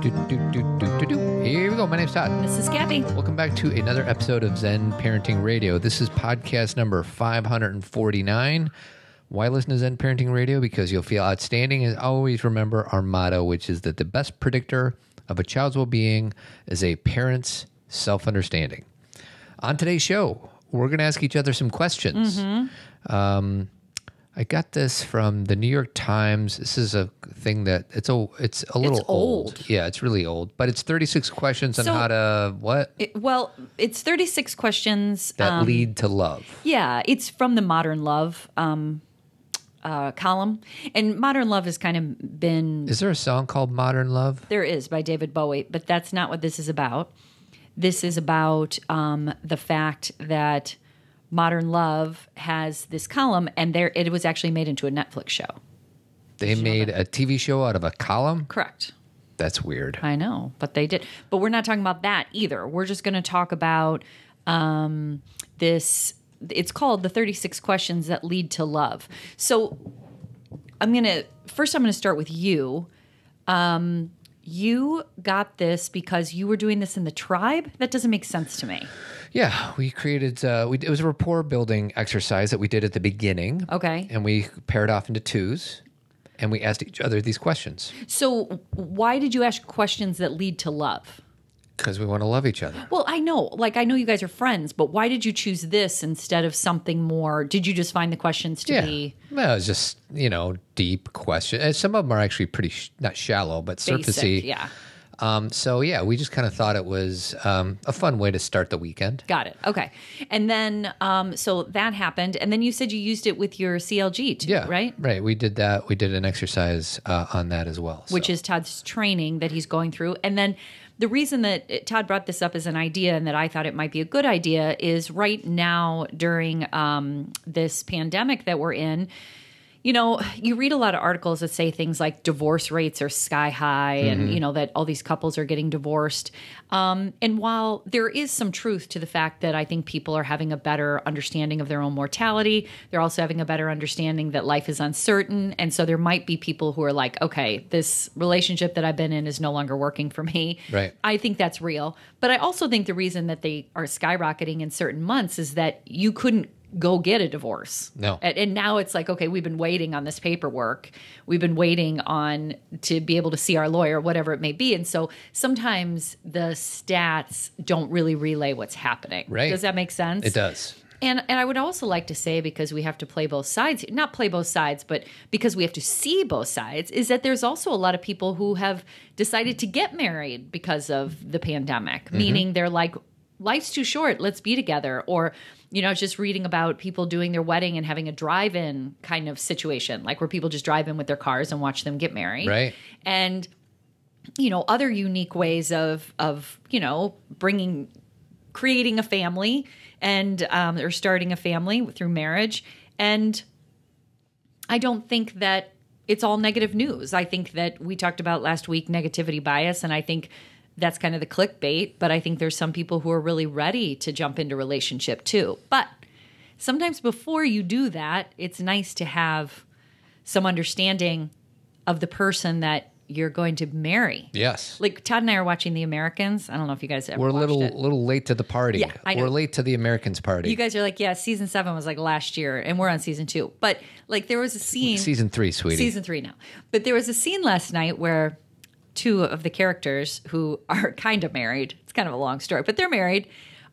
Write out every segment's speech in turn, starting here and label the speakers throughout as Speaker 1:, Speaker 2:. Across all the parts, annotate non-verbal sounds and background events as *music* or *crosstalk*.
Speaker 1: Do, do, do, do, do, do. Here we go. My name's Todd.
Speaker 2: This is Gabby.
Speaker 1: Welcome back to another episode of Zen Parenting Radio. This is podcast number 549. Why listen to Zen Parenting Radio? Because you'll feel outstanding. As always, remember our motto, which is that the best predictor of a child's well being is a parent's self understanding. On today's show, we're going to ask each other some questions.
Speaker 2: Mm-hmm.
Speaker 1: Um, I got this from the New York Times. This is a thing that it's a it's a little
Speaker 2: old.
Speaker 1: Yeah, it's really old, but it's 36 questions on
Speaker 2: So-
Speaker 1: how to what
Speaker 2: It- well, it's 36 questions.
Speaker 1: that
Speaker 2: um,
Speaker 1: lead to love.
Speaker 2: yeah, it's from the Modern Love um, uh, column. And Modern Love has kind of been,
Speaker 1: Is there a song called Modern Love?
Speaker 2: there is by David Bowie, but that's not what this is about. This is about um, the fact that Modern Love has this column, and there it was actually made into a Netflix show.
Speaker 1: They made a TV show out of a column.
Speaker 2: Correct.
Speaker 1: That's weird.
Speaker 2: I know, but they did. But we're not talking about that either. We're just going to talk about um, this. It's called the 36 questions that lead to love. So I'm going to first, I'm going to start with you. Um, you got this because you were doing this in the tribe? That doesn't make sense to me.
Speaker 1: Yeah, we created. Uh, we it was a rapport building exercise that we did at the beginning.
Speaker 2: Okay.
Speaker 1: and we paired off into twos, and we asked each other these questions
Speaker 2: So why did you ask questions that lead to love?
Speaker 1: because we want to love each other.
Speaker 2: Well, I know, like, I know you guys are friends, but why did you choose this instead of something more? Did you just find the questions to
Speaker 1: Yeah,
Speaker 2: be
Speaker 1: well, it's just you know deep question. And some of them are actually pretty sh- not shallow, but
Speaker 2: basic?
Speaker 1: surfacey.
Speaker 2: Yeah.
Speaker 1: Um, so yeah, we just kind of thought it was um, a fun way to start the weekend.
Speaker 2: Got it. Okay. And then, um, so that happened. And then you said you used it with your CLG too,
Speaker 1: Yeah,
Speaker 2: right?
Speaker 1: Right. We did that. We did an exercise uh, on that as well.
Speaker 2: Which is Todd's training that he's going through. And then the reason that it- Todd brought this up as an idea and that I thought it might be a good idea is right now during um, this pandemic that we're in, you know, you read a lot of articles that say things like divorce rates are sky high and, you know, that all these couples are getting divorced. Um, and while there is some truth to the fact that I think people are having a better understanding of their own mortality, they're also having a better understanding that life is uncertain. And so there might be people who are like, okay, this relationship that I've been in is no longer working for me.
Speaker 1: Right.
Speaker 2: I think that's real. But I also think the reason that they are skyrocketing in certain months is that you couldn't go get a divorce.
Speaker 1: No.
Speaker 2: And, and now it's like, okay, we've been waiting on this paperwork. We've been waiting on to be able to see our lawyer, whatever it may be. And so sometimes the stats don't really relay what's happening.
Speaker 1: Right.
Speaker 2: Does that make sense?
Speaker 1: it does.
Speaker 2: And and I would also like to say because we have to play both sides, not play both sides, but because we have to see both sides, is that there's also a lot of people who have decided to get married because of the pandemic, meaning they're like life's too short, let's be together or you know, I was just reading about people doing their wedding and having a drive-in kind of situation, like where people just drive in with their cars and watch them get married.
Speaker 1: Right.
Speaker 2: And you know, other unique ways of of, you know, bringing creating a family and um, or starting a family through marriage. And I don't think that it's all negative news. I think that we talked about last week negativity bias, and I think that's kind of the clickbait. But I think there's some people who are really ready to jump into relationship too. But sometimes before you do that, it's nice to have some understanding of the person that you're going to marry.
Speaker 1: Yes.
Speaker 2: Like Todd and I are watching The Americans. I don't know if you guys ever
Speaker 1: We're a
Speaker 2: watched
Speaker 1: little
Speaker 2: it.
Speaker 1: little late to the party.
Speaker 2: Yeah, I know.
Speaker 1: We're late to the Americans party.
Speaker 2: You guys are like, yeah, season seven was like last year, and we're on season two. But like, there was a scene,
Speaker 1: season three, sweetie.
Speaker 2: season three now. But there was a scene last night where two of the characters who *laughs* are kind of married, it's kind of a long story, but they're married,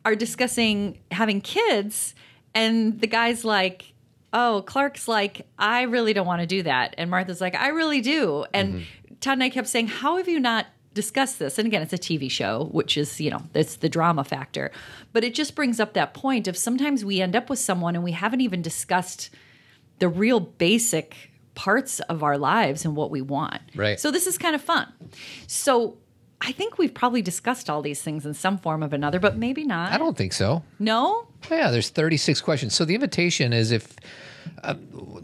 Speaker 2: are discussing having kids, and the guy's like, oh, Clark's like, I really don't want to do that, and Martha's like, I really do, and Todd and I kept saying, how have you not? discussed this and again it's a tv show which is you know it's the drama factor but it just brings up that point of sometimes we end up with someone and we haven't even discussed the real basic parts of our lives and what we want.
Speaker 1: Right.
Speaker 2: So this is kind of fun. So I think we've probably discussed all these things in some form of another, but maybe not.
Speaker 1: I don't think so.
Speaker 2: no?
Speaker 1: Yeah, there's 36 questions. So the invitation is if um,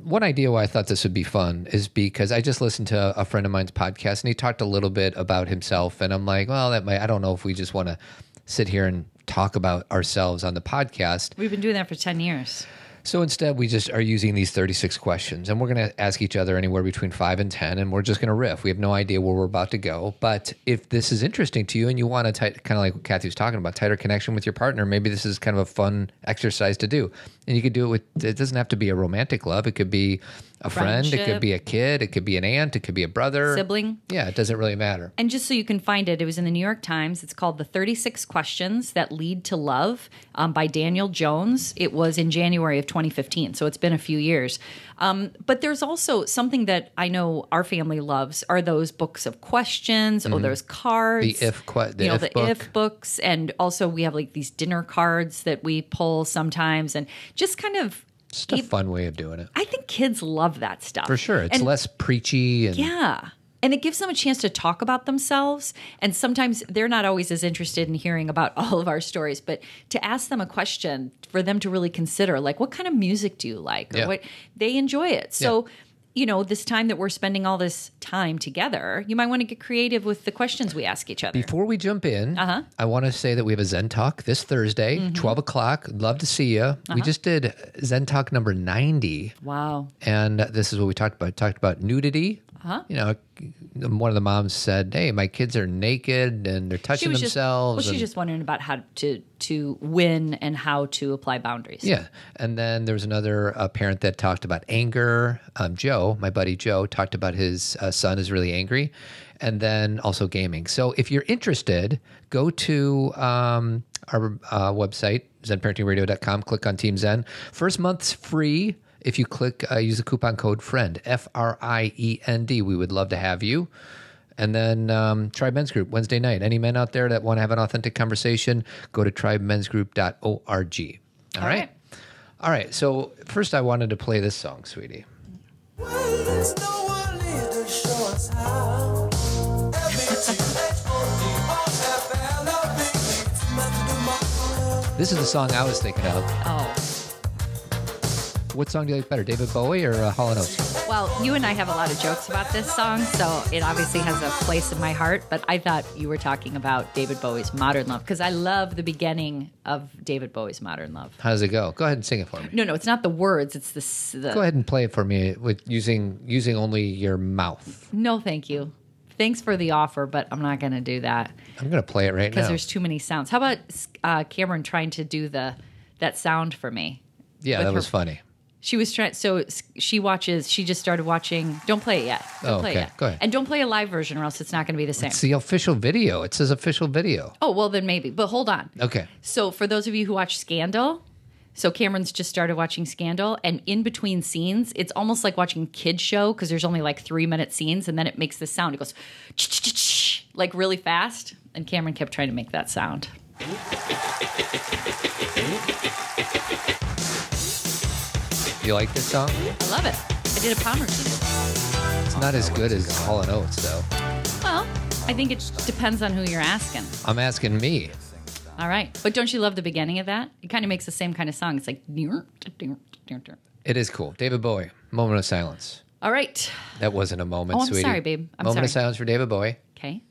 Speaker 1: one idea why I thought this would be fun is because I just listened to a friend of mine's podcast and he talked a little bit about himself and I'm like, well, that might I don't know if we just want to sit here and talk about ourselves on the podcast.
Speaker 2: We've been doing that for 10 years.
Speaker 1: So instead, we just are using these 36 questions, and we're going to ask each other anywhere between five and 10, and we're just going to riff. We have no idea where we're about to go. But if this is interesting to you and you want to tight, kind of like what Kathy was talking about, tighter connection with your partner, maybe this is kind of a fun exercise to do. And you could do it with, it doesn't have to be a romantic love. It could be a friend, it could
Speaker 2: Friendship.
Speaker 1: be a kid, it could be an aunt, it could be a brother.
Speaker 2: Sibling.
Speaker 1: Yeah, it doesn't really matter.
Speaker 2: And just so you can find it, it was in the New York Times. It's called The 36 Questions That Lead to Love um, by Daniel Jones. It was in January of 2015, so it's been a few years. Um, but there's also something that I know our family loves are those books of questions or those
Speaker 1: Mm-hmm. The
Speaker 2: cards.
Speaker 1: if, que- the
Speaker 2: you know,
Speaker 1: if
Speaker 2: the
Speaker 1: book.
Speaker 2: if books. And also, we have like these dinner cards that we pull sometimes and just kind of.
Speaker 1: It's just a fun way of doing it.
Speaker 2: I think kids love that stuff.
Speaker 1: For sure. It's
Speaker 2: And
Speaker 1: less preachy and
Speaker 2: yeah. And it gives them a chance to talk about themselves. And sometimes they're not always as interested in hearing about *laughs* all of our stories, but to ask them a question for them to really consider, like, what kind of music do you like? Or
Speaker 1: Yeah.
Speaker 2: what they enjoy it. So, you know, this time that we're spending all this time together, you might want to get creative with the questions we ask each other.
Speaker 1: Before we jump in,
Speaker 2: Uh-huh.
Speaker 1: I want to say that we have a Zen Talk this Thursday,
Speaker 2: Mm-hmm.
Speaker 1: 12 o'clock. Love to see you. We
Speaker 2: Uh-huh.
Speaker 1: just did Zen Talk number 90.
Speaker 2: wow.
Speaker 1: And this is what we talked about. Talked about nudity. Uh-huh. You know, one of the moms said, Hey, my kids are naked and they're touching themselves.
Speaker 2: just well,
Speaker 1: and-
Speaker 2: she's just wondering about how to to win and how to apply boundaries.
Speaker 1: Yeah. And then there was another uh, parent that talked about anger. Um, Joe, my buddy Joe, talked about his uh, son is really angry. And then also gaming. So if you're interested, go to um, our uh, website, zenparentingradio.com, click on Team Zen. First month's free. If you click, uh, use the coupon code FRIEND, F R I E N D. We would love to have you. And then um, Tribe Men's Group, Wednesday night. Any men out there that want to have an authentic conversation, go to tribemensgroup.org. All right. All right. So first, I wanted to play this song, sweetie.
Speaker 3: Well, there's no one here to show us how. M-E-T-H-O-D-R-F-L-O-V-E.
Speaker 1: This is the song I was thinking of.
Speaker 2: Oh.
Speaker 1: What song do you like better, David Bowie or uh, Hall and Oates?
Speaker 2: Well, you and I have a lot of jokes about this song, so it obviously has a place in my heart. But I thought you were talking about David Bowie's Modern Love because I love the beginning of David Bowie's Modern Love.
Speaker 1: How does it go? Go ahead and sing it for me.
Speaker 2: No, no, it's not the words. It's the, s- the
Speaker 1: Go ahead and play it for me with using using only your mouth.
Speaker 2: no. Thank you. Thanks for the offer, but I'm not going to do that
Speaker 1: I'm gonna play it right
Speaker 2: because
Speaker 1: now.
Speaker 2: there's too many sounds. How about uh, Cameron trying to do the that sound for me?
Speaker 1: Yeah,
Speaker 2: with
Speaker 1: that was
Speaker 2: her-
Speaker 1: funny.
Speaker 2: She was trying. So s- she watches. She just started watching. Don't play it yet. Don't
Speaker 1: Oh,
Speaker 2: play
Speaker 1: okay.
Speaker 2: it yet.
Speaker 1: Go ahead.
Speaker 2: And don't play a live version, or else it's not going to be the same.
Speaker 1: It's the official video. It says official video.
Speaker 2: Oh well, then maybe. But hold on.
Speaker 1: Okay.
Speaker 2: So for those of you who watch Scandal, so Cameron's just started watching Scandal, and in between scenes, it's almost like watching a kid show because there's only like three minute scenes, and then it makes this sound. It goes ch-ch-ch-ch, like really fast, and Cameron kept trying to make that sound.
Speaker 1: You like this song?
Speaker 2: I love it. I did a palm routine.
Speaker 1: It's not as good as Hall and Oates, though.
Speaker 2: Well, I think it depends on who you're asking.
Speaker 1: I'm asking me.
Speaker 2: All right, but don't you love the beginning of that? It kind of makes the same kind of song. It's like.
Speaker 1: It is cool. David Bowie. Moment of silence.
Speaker 2: All right.
Speaker 1: That wasn't a moment,
Speaker 2: Oh, I'm
Speaker 1: sweetie.
Speaker 2: sorry, babe. I'm
Speaker 1: moment of
Speaker 2: sorry.
Speaker 1: silence for David Bowie.
Speaker 2: Okay.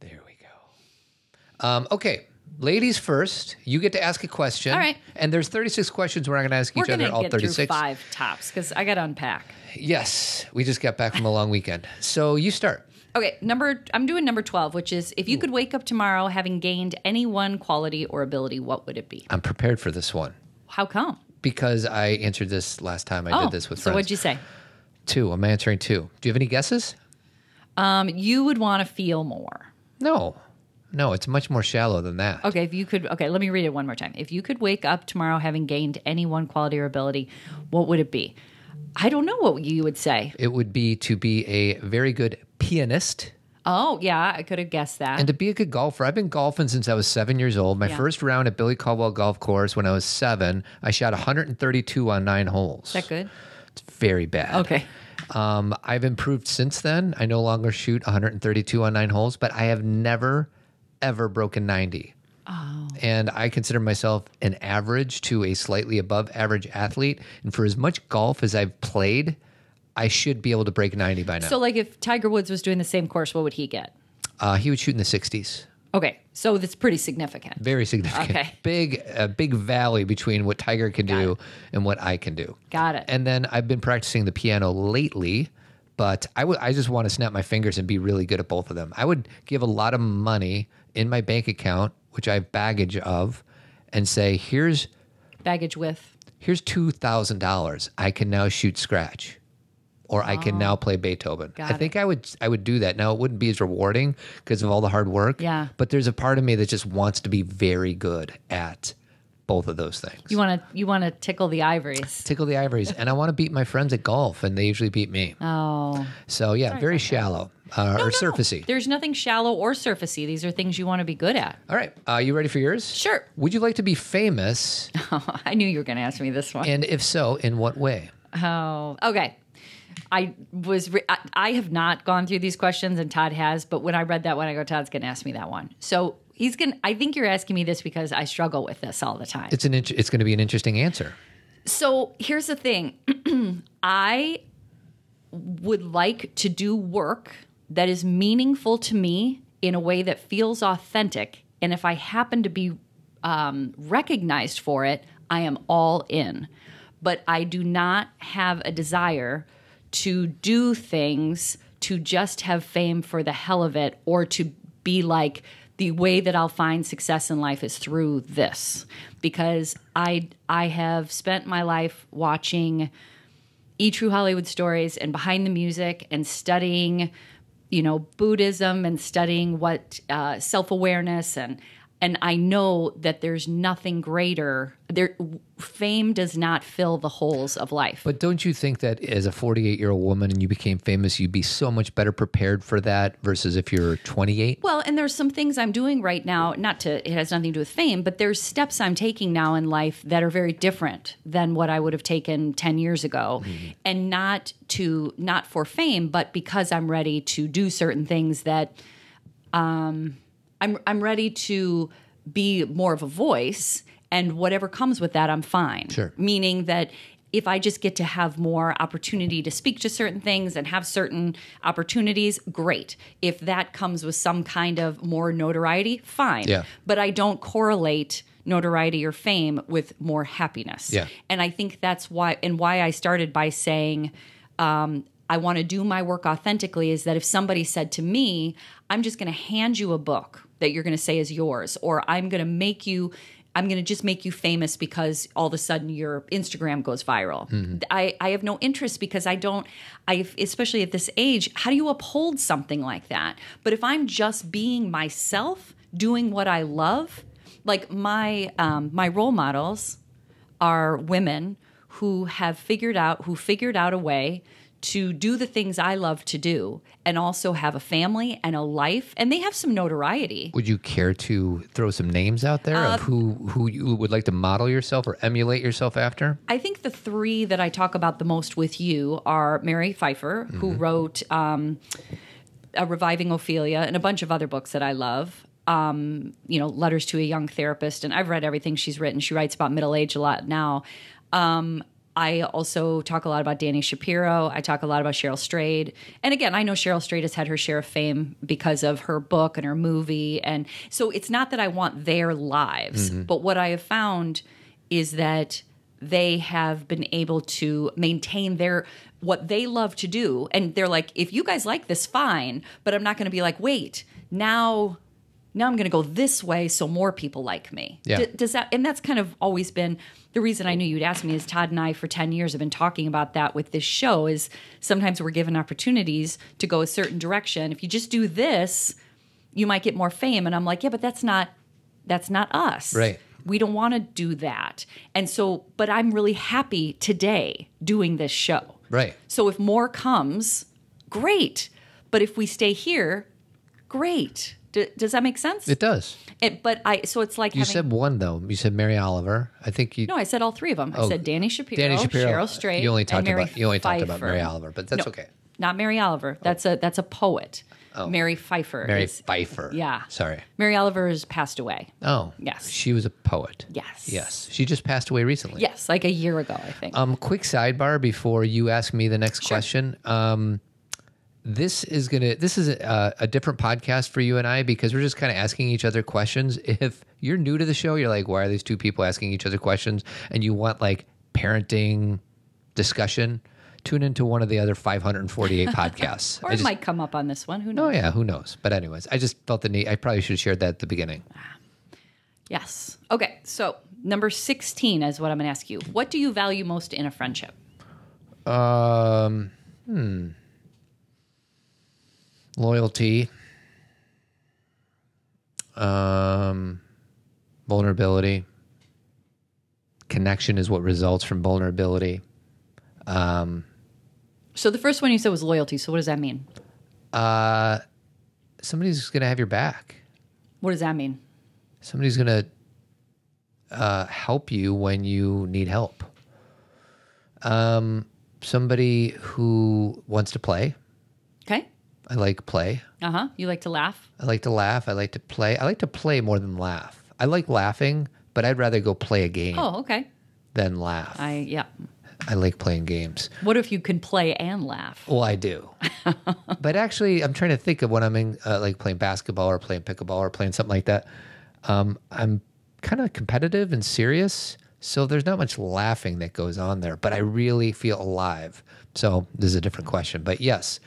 Speaker 1: There we go. Um, okay, ladies first. You get to ask a question.
Speaker 2: All right.
Speaker 1: And there's 36 questions. We're not going to ask
Speaker 2: We're
Speaker 1: each other
Speaker 2: gonna
Speaker 1: all
Speaker 2: get
Speaker 1: 36.
Speaker 2: through five tops because I got to unpack.
Speaker 1: Yes, we just got back from a long weekend. So you start.
Speaker 2: Okay, number I'm doing number 12, which is if you could wake up tomorrow having gained any one quality or ability, what would it be?
Speaker 1: I'm prepared for this one
Speaker 2: How come?
Speaker 1: because I answered this last time I did this with
Speaker 2: Oh, so
Speaker 1: friends.
Speaker 2: what'd you say?
Speaker 1: Two. I'm answering two. Do you have any guesses?
Speaker 2: Um, you would want to feel more.
Speaker 1: No. No, it's much more shallow than that.
Speaker 2: Okay, if you could okay, let me read it one more time. If you could wake up tomorrow having gained any one quality or ability, what would it be? I don't know what you would say.
Speaker 1: It would be to be a very good pianist.
Speaker 2: Oh, yeah, I could have guessed that.
Speaker 1: And to be a good golfer, I've been golfing since I was seven years old. My
Speaker 2: Yeah.
Speaker 1: first round at Billy Caldwell Golf Course when I was seven, I shot 132 on nine holes.
Speaker 2: Is that good?
Speaker 1: It's very bad.
Speaker 2: Okay.
Speaker 1: Um, I've improved since then. I no longer shoot 132 on nine holes, but I have never, ever broken 90. Oh. And I consider myself an average to a slightly above average athlete. And for as much golf as I've played, I should be able to break 90 by now.
Speaker 2: So like if Tiger Woods was doing the same course, what would he get?
Speaker 1: uh, he would shoot in the 60s.
Speaker 2: Okay. So that's pretty significant.
Speaker 1: Very significant.
Speaker 2: Okay.
Speaker 1: *laughs* Big, a big valley between what Tiger can do and what I can do.
Speaker 2: Got it.
Speaker 1: And then I've been practicing the piano lately, but I would, I just want to snap my fingers and be really good at both of them. I would give a lot of money in my bank account, which I have baggage of, and say, here's
Speaker 2: Baggage with.
Speaker 1: here's two thousand dollars. I can now shoot scratch, or I can now play Beethoven.
Speaker 2: Oh. Got
Speaker 1: I think I would I would do that. Now it wouldn't be as rewarding because of all the hard work.
Speaker 2: Yeah.
Speaker 1: But there's a part of me that just wants to be very good at both of those things.
Speaker 2: You want to you want to tickle the ivories.
Speaker 1: Tickle the ivories, and I want to beat my friends at golf, and they usually beat
Speaker 2: *laughs*
Speaker 1: me.
Speaker 2: Oh.
Speaker 1: so yeah, very shallow uh, or surfacey.
Speaker 2: There's nothing shallow or surfacey. These are things you want to be good at.
Speaker 1: All right, uh, you ready for yours?
Speaker 2: Sure. *laughs*
Speaker 1: Would you like to be famous,
Speaker 2: I knew you were going to ask me this one.
Speaker 1: and if so, in what way?
Speaker 2: Oh, okay. I was re- I, I have not gone through these questions and Todd has, but when I read that one, I go, Todd's going to ask me that one. So he's going. to I think you're asking me this because I struggle with this all the time.
Speaker 1: It's an int- it's going to be an interesting answer.
Speaker 2: So here's the thing *clears throat* I would like to do work that is meaningful to me in a way that feels authentic. And if I happen to be um, recognized for it, I am all in. But I do not have a desire to do things to just have fame for the hell of it or to be like, the way that I'll find success in life is through this because I I have spent my life watching E True Hollywood Stories and Behind the Music and studying, you know, Buddhism and studying what uh, self awareness and and I know that there's nothing greater. There, fame does not fill the holes of life.
Speaker 1: But don't you think that as a 48 year old woman and you became famous, you'd be so much better prepared for that versus if you're 28?
Speaker 2: Well, and there's some things I'm doing right now, not to, it has nothing to do with fame, but there's steps I'm taking now in life that are very different than what I would have taken 10 years ago. And not to, not for fame, but because I'm ready to do certain things that um, I'm, I'm ready to be more of a voice and whatever comes with that, I'm fine.
Speaker 1: Sure.
Speaker 2: Meaning that if I just get to have more opportunity to speak to certain things and have certain opportunities, great. If that comes with some kind of more notoriety, fine.
Speaker 1: Yeah.
Speaker 2: But I don't correlate notoriety or fame with more happiness.
Speaker 1: Yeah.
Speaker 2: And I think that's why, and why I started by saying, um, I want to do my work authentically is that if somebody said to me, I'm just going to hand you a book that you're going to say is yours, or I'm going to make you, I'm going to just make you famous because all of a sudden your Instagram goes viral. I, I have no interest because I don't, I, especially at this age, how do you uphold something like that? But if I'm just being myself, doing what I love, like my, um, my role models, are women who have figured out who figured out a way to do the things I love to do and also have a family and a life and they have some notoriety.
Speaker 1: Would you care to throw some names out there
Speaker 2: Uh,
Speaker 1: of who, who you would like to model yourself or emulate yourself after?
Speaker 2: I think the three that I talk about the most with you are Mary Pfeiffer, who wrote um, a Reviving Ophelia and a bunch of other books that I love. Um, you know, Letters to a Young Therapist, and I've read everything she's written. She writes about middle age a lot now. Um, I also talk a lot about Danny Shapiro. I talk a lot about Cheryl Strayed. And again, I know Cheryl Strayed has had her share of fame because of her book and her movie. And so it's not that I want their lives, but what I have found is that they have been able to maintain their what they love to do and they're like if you guys like this fine but i'm not going to be like wait now now i'm going to go this way so more people like me
Speaker 1: Yeah.
Speaker 2: does that and that's kind of always been the reason i knew you'd ask me is todd and i for 10 years have been talking about that with this show is sometimes we're given opportunities to go a certain direction if you just do this you might get more fame and i'm like yeah but that's not that's not us
Speaker 1: Right.
Speaker 2: we don't want to do that and so but i'm really happy today doing this show
Speaker 1: Right.
Speaker 2: so if more comes great but if we stay here great D- does that make sense
Speaker 1: It does.
Speaker 2: It- but i so it's like
Speaker 1: You
Speaker 2: having
Speaker 1: said one, though. You said Mary Oliver. I think you.
Speaker 2: no, I said all three of them. I said Danny Shapiro,
Speaker 1: Oh, Danny Shapiro.
Speaker 2: Cheryl Strait,
Speaker 1: You only
Speaker 2: and
Speaker 1: talked
Speaker 2: Mary
Speaker 1: about you only talked about
Speaker 2: Pfeiffer.
Speaker 1: Mary Oliver, but that's
Speaker 2: No,
Speaker 1: okay. Oh.
Speaker 2: Not Mary Oliver. That's a that's a poet. Mary Pfeiffer.
Speaker 1: Mary
Speaker 2: is-
Speaker 1: Pfeiffer.
Speaker 2: yeah.
Speaker 1: Sorry.
Speaker 2: Mary Oliver has passed away.
Speaker 1: Oh.
Speaker 2: Yes.
Speaker 1: She was a poet.
Speaker 2: Yes.
Speaker 1: Yes. She just passed away recently.
Speaker 2: Yes, like a year ago, I think.
Speaker 1: Um, quick sidebar before you ask me the next question. Um, this is gonna this is a, a different podcast for you and I because we're just kind of asking each other questions. *laughs* If you're new to the show, you're like, why are these two people asking each other questions? And you want like parenting discussion? Tune into one of the other 548 podcasts.
Speaker 2: Or
Speaker 1: I
Speaker 2: it
Speaker 1: just-
Speaker 2: might come up on this one. Who
Speaker 1: Oh
Speaker 2: knows?
Speaker 1: yeah, who knows? But anyways, I just felt the need. I probably should have shared that at the beginning.
Speaker 2: Yes. Okay. So number 16 is what I'm going to ask you. What do you value most in a friendship?
Speaker 1: Um, hmm. Loyalty. Um, vulnerability. Connection is what results from vulnerability.
Speaker 2: So the first one you said was loyalty. So what does that mean?
Speaker 1: Somebody's gonna have your back.
Speaker 2: What does that mean?
Speaker 1: Somebody's gonna uh, help you when you need help. Um, somebody who wants to play.
Speaker 2: Okay.
Speaker 1: I like play.
Speaker 2: Uh huh. You like to laugh.
Speaker 1: I like to laugh. I like to play. I like to play more than laugh. I like laughing, but I'd rather go play a game
Speaker 2: Oh, okay.
Speaker 1: than laugh.
Speaker 2: I,
Speaker 1: I,
Speaker 2: yeah.
Speaker 1: like playing games.
Speaker 2: What if you can play and laugh?
Speaker 1: Well, I
Speaker 2: *laughs*
Speaker 1: do. but actually, I'm trying to think of when I'm in, uh, like playing basketball or playing pickleball or playing something like that. Um, I'm kind of competitive and serious. So there's not much laughing that goes on there, but I really feel alive. So this is a different question. But yes,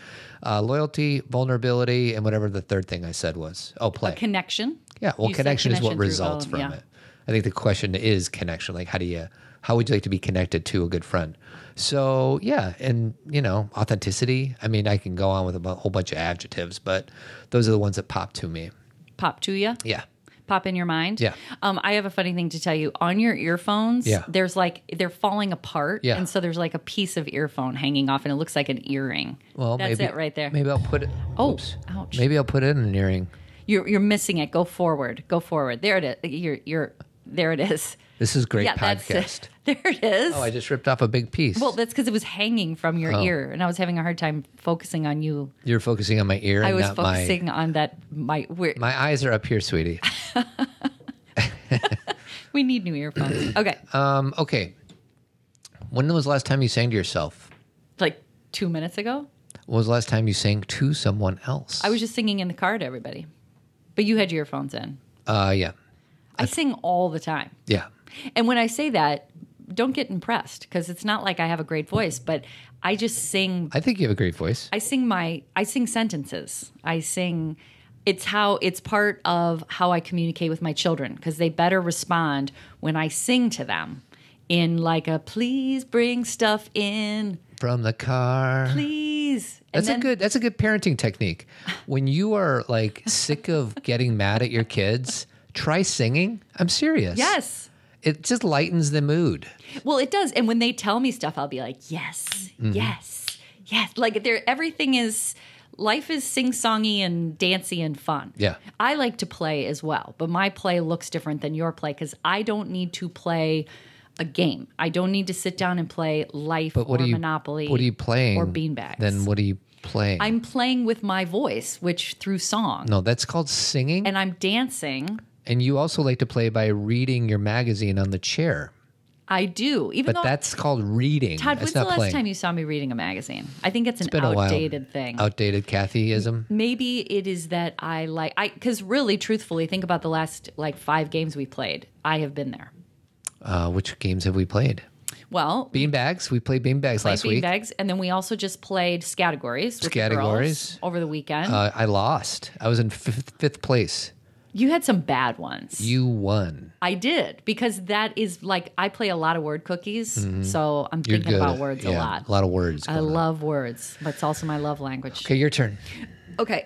Speaker 1: uh, loyalty, vulnerability, and whatever the third thing I said was. Oh, play.
Speaker 2: Connection.
Speaker 1: Yeah, well,
Speaker 2: You said
Speaker 1: connection, is what
Speaker 2: connection through
Speaker 1: results
Speaker 2: bone,
Speaker 1: from
Speaker 2: yeah.
Speaker 1: it. I think the question is connection. Like, how do you, how would you like to be connected to a good friend? So, yeah, and you know, authenticity. I mean, I can go on with a bu- whole bunch of adjectives, but those are the ones that pop to me.
Speaker 2: Pop to you.
Speaker 1: Yeah.
Speaker 2: Pop in your mind.
Speaker 1: Yeah.
Speaker 2: Um, I have a funny thing to tell you. On your earphones,
Speaker 1: Yeah.
Speaker 2: there's like they're falling apart.
Speaker 1: Yeah.
Speaker 2: And so there's like a piece of earphone hanging off and it looks like an earring.
Speaker 1: Well,
Speaker 2: that's
Speaker 1: maybe,
Speaker 2: it right there.
Speaker 1: Maybe I'll put it.
Speaker 2: Oh,
Speaker 1: oops.
Speaker 2: ouch.
Speaker 1: Maybe I'll put it in an earring.
Speaker 2: You're you're missing it. Go forward. Go forward. There it is. You're you're there it is.
Speaker 1: This is great
Speaker 2: yeah,
Speaker 1: podcast.
Speaker 2: that's it. *laughs* There it is.
Speaker 1: Oh, I just ripped off a big piece.
Speaker 2: well, that's because it was hanging from
Speaker 1: Oh.
Speaker 2: your ear, and I was having a hard time focusing on you.
Speaker 1: You're focusing on my ear.
Speaker 2: I
Speaker 1: and
Speaker 2: was
Speaker 1: not
Speaker 2: focusing on that. My, we're,
Speaker 1: My, my eyes are up here, sweetie.
Speaker 2: we need
Speaker 1: *clears throat*
Speaker 2: new earphones. okay,
Speaker 1: Um, okay. When was the last time you sang to yourself?
Speaker 2: like two minutes ago,
Speaker 1: When was the last time you sang to someone else?
Speaker 2: I was just singing in the car to everybody, but you had your earphones in.
Speaker 1: Uh, yeah,
Speaker 2: I sing all the time.
Speaker 1: yeah.
Speaker 2: And when I say that, don't get impressed because it's not like I have a great voice, but I just sing
Speaker 1: I think you have a great voice.
Speaker 2: I sing my I sing sentences. I sing it's how it's part of how I communicate with my children because they better respond when I sing to them in like a please bring stuff in,
Speaker 1: From the car.
Speaker 2: please. And
Speaker 1: That's
Speaker 2: then-
Speaker 1: a good. That's a good parenting technique. When you are
Speaker 2: *laughs*
Speaker 1: like sick of getting mad at your kids, try singing. I'm serious.
Speaker 2: Yes.
Speaker 1: It just lightens the mood.
Speaker 2: Well, it does. And when they tell me stuff, I'll be like, "Yes.
Speaker 1: Mm-hmm.
Speaker 2: Yes. Yes." Like there everything is life is sing-songy and dancy and fun.
Speaker 1: Yeah.
Speaker 2: I like to play as well, but my play looks different than your play cuz I don't need to play a game. I don't need to sit down and play life
Speaker 1: But what
Speaker 2: or
Speaker 1: are you?
Speaker 2: Monopoly.
Speaker 1: What are you playing?
Speaker 2: or beanbags.
Speaker 1: Then what are you playing?
Speaker 2: I'm playing with my voice, which through song.
Speaker 1: no, that's called singing.
Speaker 2: And I'm dancing.
Speaker 1: And you also like to play by reading your magazine on the chair.
Speaker 2: I do. Even
Speaker 1: But
Speaker 2: though
Speaker 1: that's called reading.
Speaker 2: Todd,
Speaker 1: that's
Speaker 2: when's
Speaker 1: not
Speaker 2: the last
Speaker 1: playing.
Speaker 2: time you saw me reading a magazine? I think it's an
Speaker 1: been a while. Oh,
Speaker 2: outdated thing.
Speaker 1: Outdated Kathyism.
Speaker 2: maybe it is that I like I because really truthfully think about the last like five games we played. I have been there.
Speaker 1: Uh, which games have we played?
Speaker 2: Well,
Speaker 1: Beanbags. We played beanbags
Speaker 2: played
Speaker 1: last week.
Speaker 2: beanbags, and then we also just played categories. With the girls
Speaker 1: Scattergories.
Speaker 2: over the weekend.
Speaker 1: Uh, I lost. I was in fifth, fifth place.
Speaker 2: you had some bad ones.
Speaker 1: You won.
Speaker 2: I did because that is like I play a lot of word cookies, so I'm
Speaker 1: Mm-hmm. You're
Speaker 2: thinking
Speaker 1: good.
Speaker 2: about words a
Speaker 1: Yeah,
Speaker 2: lot.
Speaker 1: A lot of words.
Speaker 2: I
Speaker 1: going on.
Speaker 2: love words, but it's also my love language.
Speaker 1: Okay, your turn.
Speaker 2: Okay.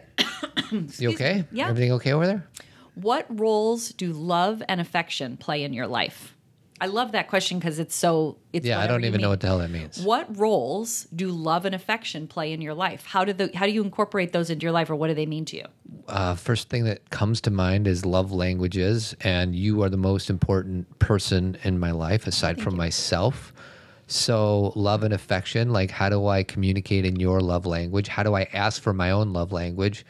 Speaker 1: You okay?
Speaker 2: Yeah.
Speaker 1: Everything okay over there?
Speaker 2: What roles do love and affection play in your life? I love that question because it's so. It's
Speaker 1: Yeah, I
Speaker 2: whatever
Speaker 1: don't
Speaker 2: you
Speaker 1: even know
Speaker 2: mean.
Speaker 1: what the hell that means.
Speaker 2: What roles do love and affection play in your life? How do the how do you incorporate those into your life, or what do they mean to you?
Speaker 1: Uh, first thing that comes to mind is love languages, and you are the most important person in my life aside from myself. So, love and affection, like how do I communicate in your love language? How do I ask for my own love language?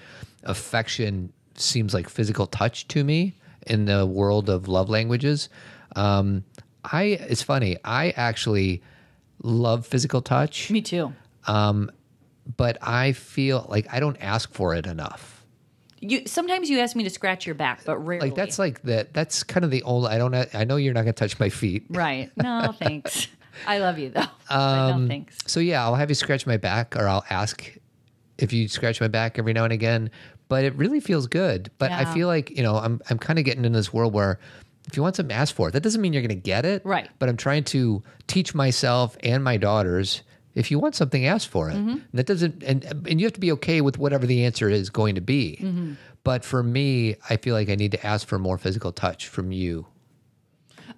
Speaker 1: Affection seems like physical touch to me in the world of love languages. Um, I it's funny. I actually love physical touch
Speaker 2: Me too.
Speaker 1: but I feel like I don't ask for it enough.
Speaker 2: You sometimes you ask me to scratch your back, but rarely.
Speaker 1: Like that's like that. That's kind of the only. I don't. I know you're not gonna touch my feet.
Speaker 2: *laughs* right. No, thanks.
Speaker 1: *laughs*
Speaker 2: I love you though. but
Speaker 1: Um,
Speaker 2: no thanks.
Speaker 1: So yeah, I'll have you scratch my back, or I'll ask if you scratch my back every now and again. But it really feels good. But I
Speaker 2: Yeah.
Speaker 1: feel like you know I'm I'm kind of getting in this world where if you want something, ask for it. That doesn't mean you're going to get it,
Speaker 2: Right.
Speaker 1: But I'm trying to teach myself and my daughters. If you want something, ask for it.
Speaker 2: Mm-hmm.
Speaker 1: And that doesn't, and and you have to be okay with whatever the answer is going to be.
Speaker 2: Mm-hmm.
Speaker 1: But for me, I feel like I need to ask for more physical touch from you.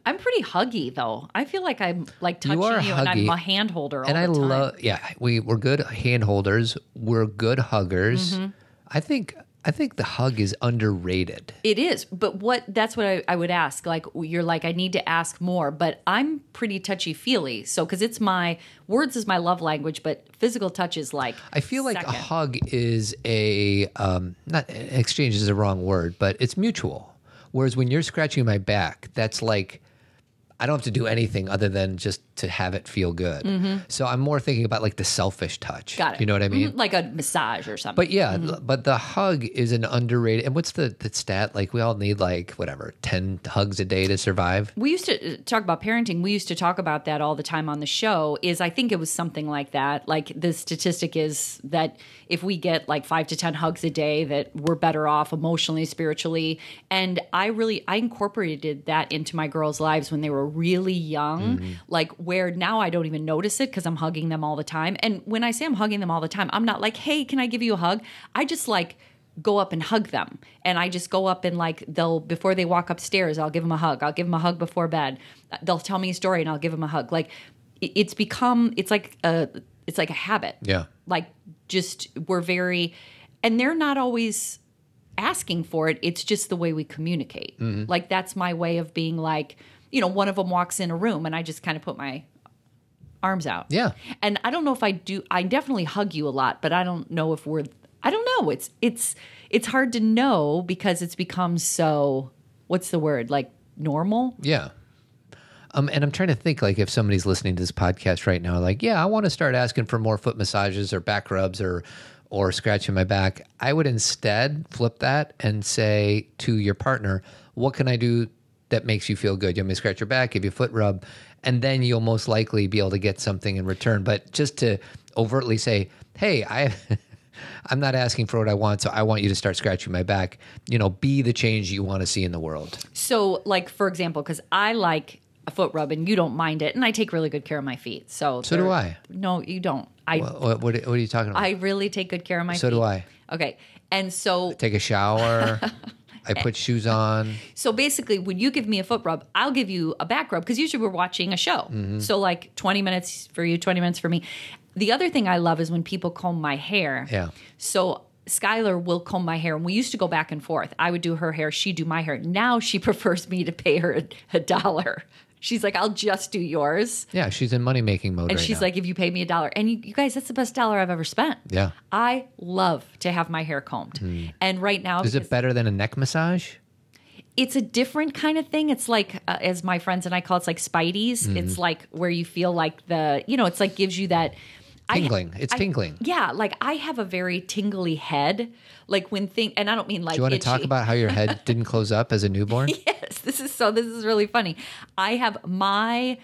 Speaker 2: I'm pretty huggy though. I feel like I'm like touching
Speaker 1: You
Speaker 2: you,
Speaker 1: are
Speaker 2: and I'm
Speaker 1: huggy.
Speaker 2: a hand holder all
Speaker 1: and
Speaker 2: the
Speaker 1: I
Speaker 2: time.
Speaker 1: love yeah we we're good hand holders we're good huggers
Speaker 2: Mm-hmm.
Speaker 1: I think I think the hug is underrated
Speaker 2: It is, but what that's what I, I would ask. Like you're like I need to ask more, but I'm pretty touchy feely. So because it's my words is my love language, but physical touch is like
Speaker 1: I feel like a
Speaker 2: second.
Speaker 1: hug is a um, not exchange is the wrong word but it's mutual whereas when you're scratching my back that's like I don't have to do anything other than just to have it feel good so I'm more thinking about like the selfish touch
Speaker 2: Mm-hmm. Got it. Mm-hmm.
Speaker 1: you know what I mean
Speaker 2: Mhm, like a massage or something.
Speaker 1: But yeah, l- but the hug is an underrated. And what's the, the stat? Like we all need like whatever ten hugs a day to survive.
Speaker 2: we used to uh, talk about parenting. We used to talk about that all the time on the show. Is I think it was something like that. Like the statistic is that if we get like five to ten hugs a day, that we're better off emotionally, spiritually. And I really I incorporated that into my girls' lives when they were really young. Like where now I don't even notice it because I'm hugging them all the time. And when I say I'm hugging them all the time, I'm not like, hey, can I give you a hug? I just like go up and hug them and i just go up and like they'll before they walk upstairs i'll give them a hug i'll give them a hug before bed they'll tell me a story and i'll give them a hug like it- it's become it's like a it's like a habit
Speaker 1: Yeah.
Speaker 2: like just we're very and they're not always asking for it it's just the way we communicate
Speaker 1: Mm-hmm.
Speaker 2: like that's my way of being like you know one of them walks in a room and i just kind of put my arms out
Speaker 1: Yeah.
Speaker 2: and i don't know if i do i definitely hug you a lot but i don't know if we're i don't know it's it's it's hard to know because it's become so what's the word like normal
Speaker 1: Yeah. Um, and I'm trying to think like if somebody's listening to this podcast right now, like, yeah, I want to start asking for more foot massages or back rubs or or scratching my back. I would instead flip that and say to your partner, what can I do that makes you feel good? You want me to scratch your back, give you a foot rub, and then you'll most likely be able to get something in return. But just to overtly say, Hey, I *laughs* I'm not asking for what I want, so I want you to start scratching my back. You know, be the change you want to see in the world.
Speaker 2: So, like for example, because I like a foot rub and you don't mind it, and I take really good care of my feet. So
Speaker 1: So do
Speaker 2: they're-
Speaker 1: I.
Speaker 2: No, you don't. I
Speaker 1: Uh, What, what, what are you talking about?
Speaker 2: I really take good care of my
Speaker 1: So
Speaker 2: feet.
Speaker 1: do I.
Speaker 2: Okay, and so
Speaker 1: Take a shower.
Speaker 2: *laughs*
Speaker 1: I put shoes on.
Speaker 2: so basically, when you give me a foot rub, I'll give you a back rub because usually we're watching a show.
Speaker 1: Mm-hmm.
Speaker 2: So like twenty minutes for you, twenty minutes for me. The other thing I love is when people comb my hair.
Speaker 1: Yeah.
Speaker 2: So Skylar will comb my hair, and we used to go back and forth. I would do her hair, she'd do my hair. Now she *laughs* prefers me to pay her a, a dollar. She's like, I'll just do yours.
Speaker 1: Yeah, she's in money making mode
Speaker 2: And
Speaker 1: right
Speaker 2: she's
Speaker 1: now.
Speaker 2: like, if you pay me a dollar. And you, you guys, that's the best dollar I've ever spent.
Speaker 1: Yeah. Hmm.
Speaker 2: I love to have my hair combed. And right now,
Speaker 1: Is
Speaker 2: because-
Speaker 1: it better than a neck massage?
Speaker 2: it's a different kind of thing. It's like, uh, as my friends and I call it, it's like Spideys.
Speaker 1: Hmm.
Speaker 2: It's like where you feel like the, you know, it's like gives you that I-
Speaker 1: Tingling. It's
Speaker 2: I-
Speaker 1: tingling. Do
Speaker 2: Yeah, like I have a very tingly head. Like when thing, and I don't mean like.
Speaker 1: you want to
Speaker 2: itchy.
Speaker 1: talk about how your head didn't close up as a
Speaker 2: *laughs*
Speaker 1: newborn?
Speaker 2: Yes, *laughs* this is so. This is really funny. I have my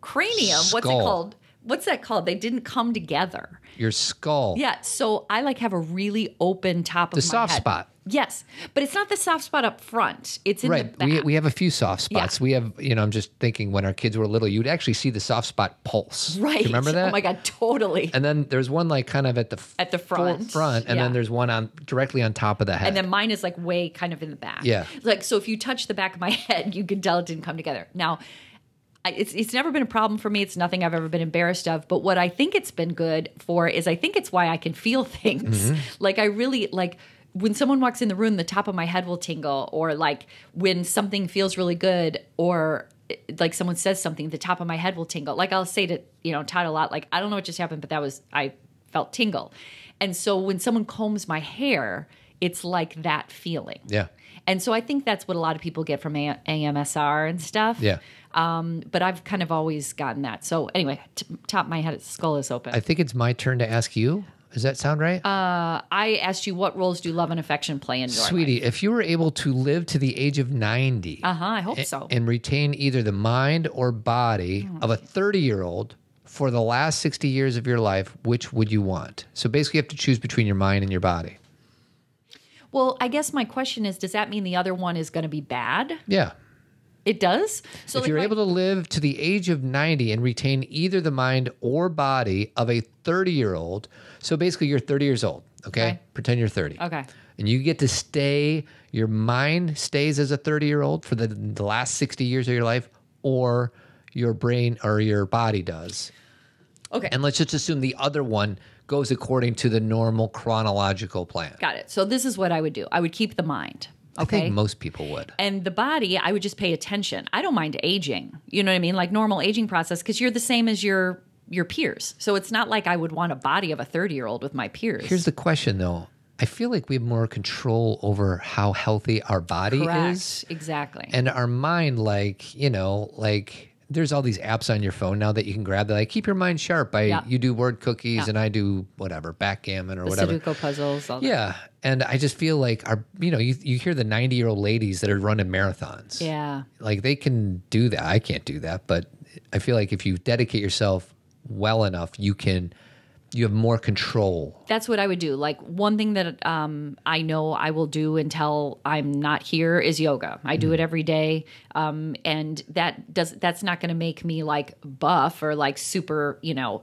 Speaker 2: cranium. What's it
Speaker 1: Skull.
Speaker 2: called? What's that called? They didn't come together.
Speaker 1: Your skull.
Speaker 2: Yeah, so I like have a really open top of
Speaker 1: The
Speaker 2: my
Speaker 1: soft
Speaker 2: head.
Speaker 1: spot.
Speaker 2: Yes, but it's not the soft spot up front. It's in the
Speaker 1: Right.
Speaker 2: back.
Speaker 1: We, we have a few soft
Speaker 2: Yeah.
Speaker 1: spots. We have, you know, I'm just thinking when our kids were little, you'd actually see the soft spot pulse. Do
Speaker 2: *laughs* right.
Speaker 1: you remember that?
Speaker 2: Oh my god, totally.
Speaker 1: And then there's one like kind of at the f-
Speaker 2: At the
Speaker 1: fore-
Speaker 2: front.
Speaker 1: front, and then
Speaker 2: Yeah.
Speaker 1: there's one on directly on top of the head.
Speaker 2: and then mine is like way kind of in the back.
Speaker 1: Yeah.
Speaker 2: Like so, if you touch the back of my *laughs* head, you can tell it didn't come together. Now, I, it's it's never been a problem for me. It's nothing I've ever been embarrassed of. But what I think it's been good for is I think it's why I can feel *laughs* things.
Speaker 1: Mm-hmm.
Speaker 2: Like I really like when someone walks in the room, the top of my head will tingle, or like when something feels really good, or eh, like someone says something, the top of my head will tingle. Like I'll say to you know Todd a lot, like I don't know what just happened, but that was I felt tingle. And so when someone combs my hair, it's like that feeling.
Speaker 1: yeah.
Speaker 2: And so I think that's what a lot of people get from a- AMSR and stuff.
Speaker 1: Yeah.
Speaker 2: But I've kind of always gotten that. So anyway, t- top of my head, skull is open.
Speaker 1: I think it's my turn to ask you Does that sound right?
Speaker 2: I asked you what roles do love and affection play in Uh, your
Speaker 1: Sweetie, if you were able to live to the age of 90
Speaker 2: Uh huh. I hope so. Oh,
Speaker 1: and retain either the mind or body of a 30 year old for the last 60 years of your life, which would you want? So basically, you have to choose between your mind and your body.
Speaker 2: well, I guess my question is, does that mean the other one is going to be bad?
Speaker 1: Yeah.
Speaker 2: It does. So
Speaker 1: if you're able to live to the age of 90 and retain either the mind or body of a 30 year old, so basically you're 30 years old, okay?
Speaker 2: Okay.
Speaker 1: Pretend you're 30.
Speaker 2: Okay.
Speaker 1: And you get to stay, your mind stays as a 30 year old for the, the last 60 years of your life, or your brain or your body does.
Speaker 2: Okay.
Speaker 1: And let's just assume the other one goes according to the normal chronological plan.
Speaker 2: Got it. So this is what I would do. I would keep the mind.
Speaker 1: I
Speaker 2: Okay.
Speaker 1: think most people would.
Speaker 2: and the body, I would just pay attention. I don't mind aging. You know what I mean? Like normal aging process because you're the same as your your peers. So it's not like I would want a body of a 30-year-old with my peers.
Speaker 1: Here's the question though. I feel like we have more control over how healthy our body
Speaker 2: Correct.
Speaker 1: is.
Speaker 2: Exactly.
Speaker 1: and our mind like you know like there's all these apps on your phone now that you can grab that like keep your mind sharp i
Speaker 2: Yeah.
Speaker 1: you do word cookies
Speaker 2: Yeah.
Speaker 1: and i do whatever backgammon or
Speaker 2: the
Speaker 1: whatever
Speaker 2: Sudoku puzzles. All that.
Speaker 1: yeah and i just feel like our you know you, you hear the 90 year old ladies that are running marathons
Speaker 2: Yeah.
Speaker 1: like they can do that i can't do that but i feel like if you dedicate yourself well enough you can you have more control
Speaker 2: That's what I would do. Like one thing that um, I know I will do until I'm not here is yoga. I
Speaker 1: Mm-hmm.
Speaker 2: do it every day, um, and that does that's not going to make me like buff or like super, you know,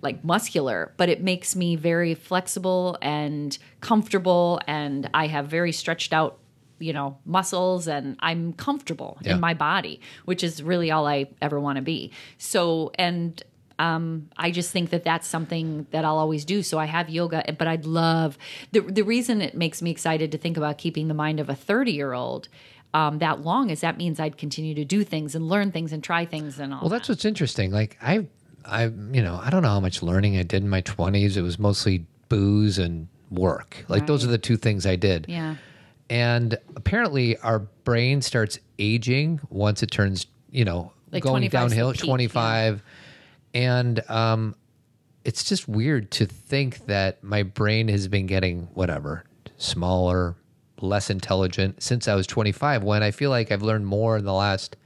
Speaker 2: like muscular, but it makes me very flexible and comfortable, and I have very stretched out, you know, muscles, and I'm comfortable
Speaker 1: Yeah.
Speaker 2: in my body, which is really all I ever want to be. So and I just think that that's something that I'll always do. So I have yoga, but I'd love the the reason it makes me excited to think about keeping the mind of a thirty year old um, that long is that means I'd continue to do things and learn things and try things and all.
Speaker 1: Well, that's what's interesting. Like I, I, you know, I don't know how much learning I did in my twenties. It was mostly booze and work. Like those are the two things I did.
Speaker 2: yeah.
Speaker 1: And apparently, our brain starts aging once it turns, you know,
Speaker 2: Like
Speaker 1: going
Speaker 2: 25 's the
Speaker 1: downhill.
Speaker 2: peak, yeah.
Speaker 1: Twenty five, and um, it's just weird to think that my brain has been getting whatever smaller, less intelligent since I was twenty five. When I feel like I've learned more in the last.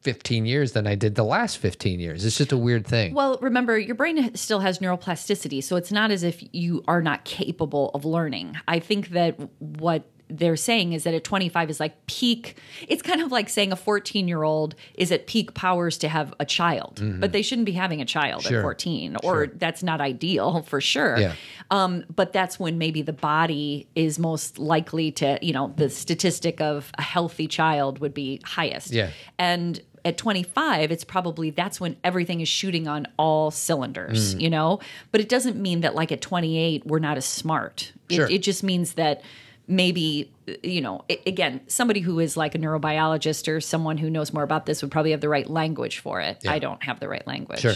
Speaker 1: 15 years than I did the last 15 years. It's just a weird thing.
Speaker 2: Well, remember, your brain h- still has neuroplasticity, so it's not as if you are not capable of learning. I think that what they're saying is that at 25 is like peak. It's kind of like saying a 14 year old is at peak powers to have a child, but they shouldn't be having a child
Speaker 1: Mm-hmm. Sure.
Speaker 2: at 14, or that's not ideal *laughs* for sure.
Speaker 1: Yeah.
Speaker 2: Um, but that's when maybe the body is most likely to, you know, the statistic of a healthy child would be highest.
Speaker 1: Yeah.
Speaker 2: And at 25, it's probably that's when everything is shooting on all
Speaker 1: Mm.
Speaker 2: cylinders, you know? But it doesn't mean that, like, at 28, we're not as smart. It,
Speaker 1: Sure.
Speaker 2: it just means that maybe, you know, a- again, somebody who is like a neurobiologist or someone who knows more about this would probably have the right language for it. I don't have the right language.
Speaker 1: sure.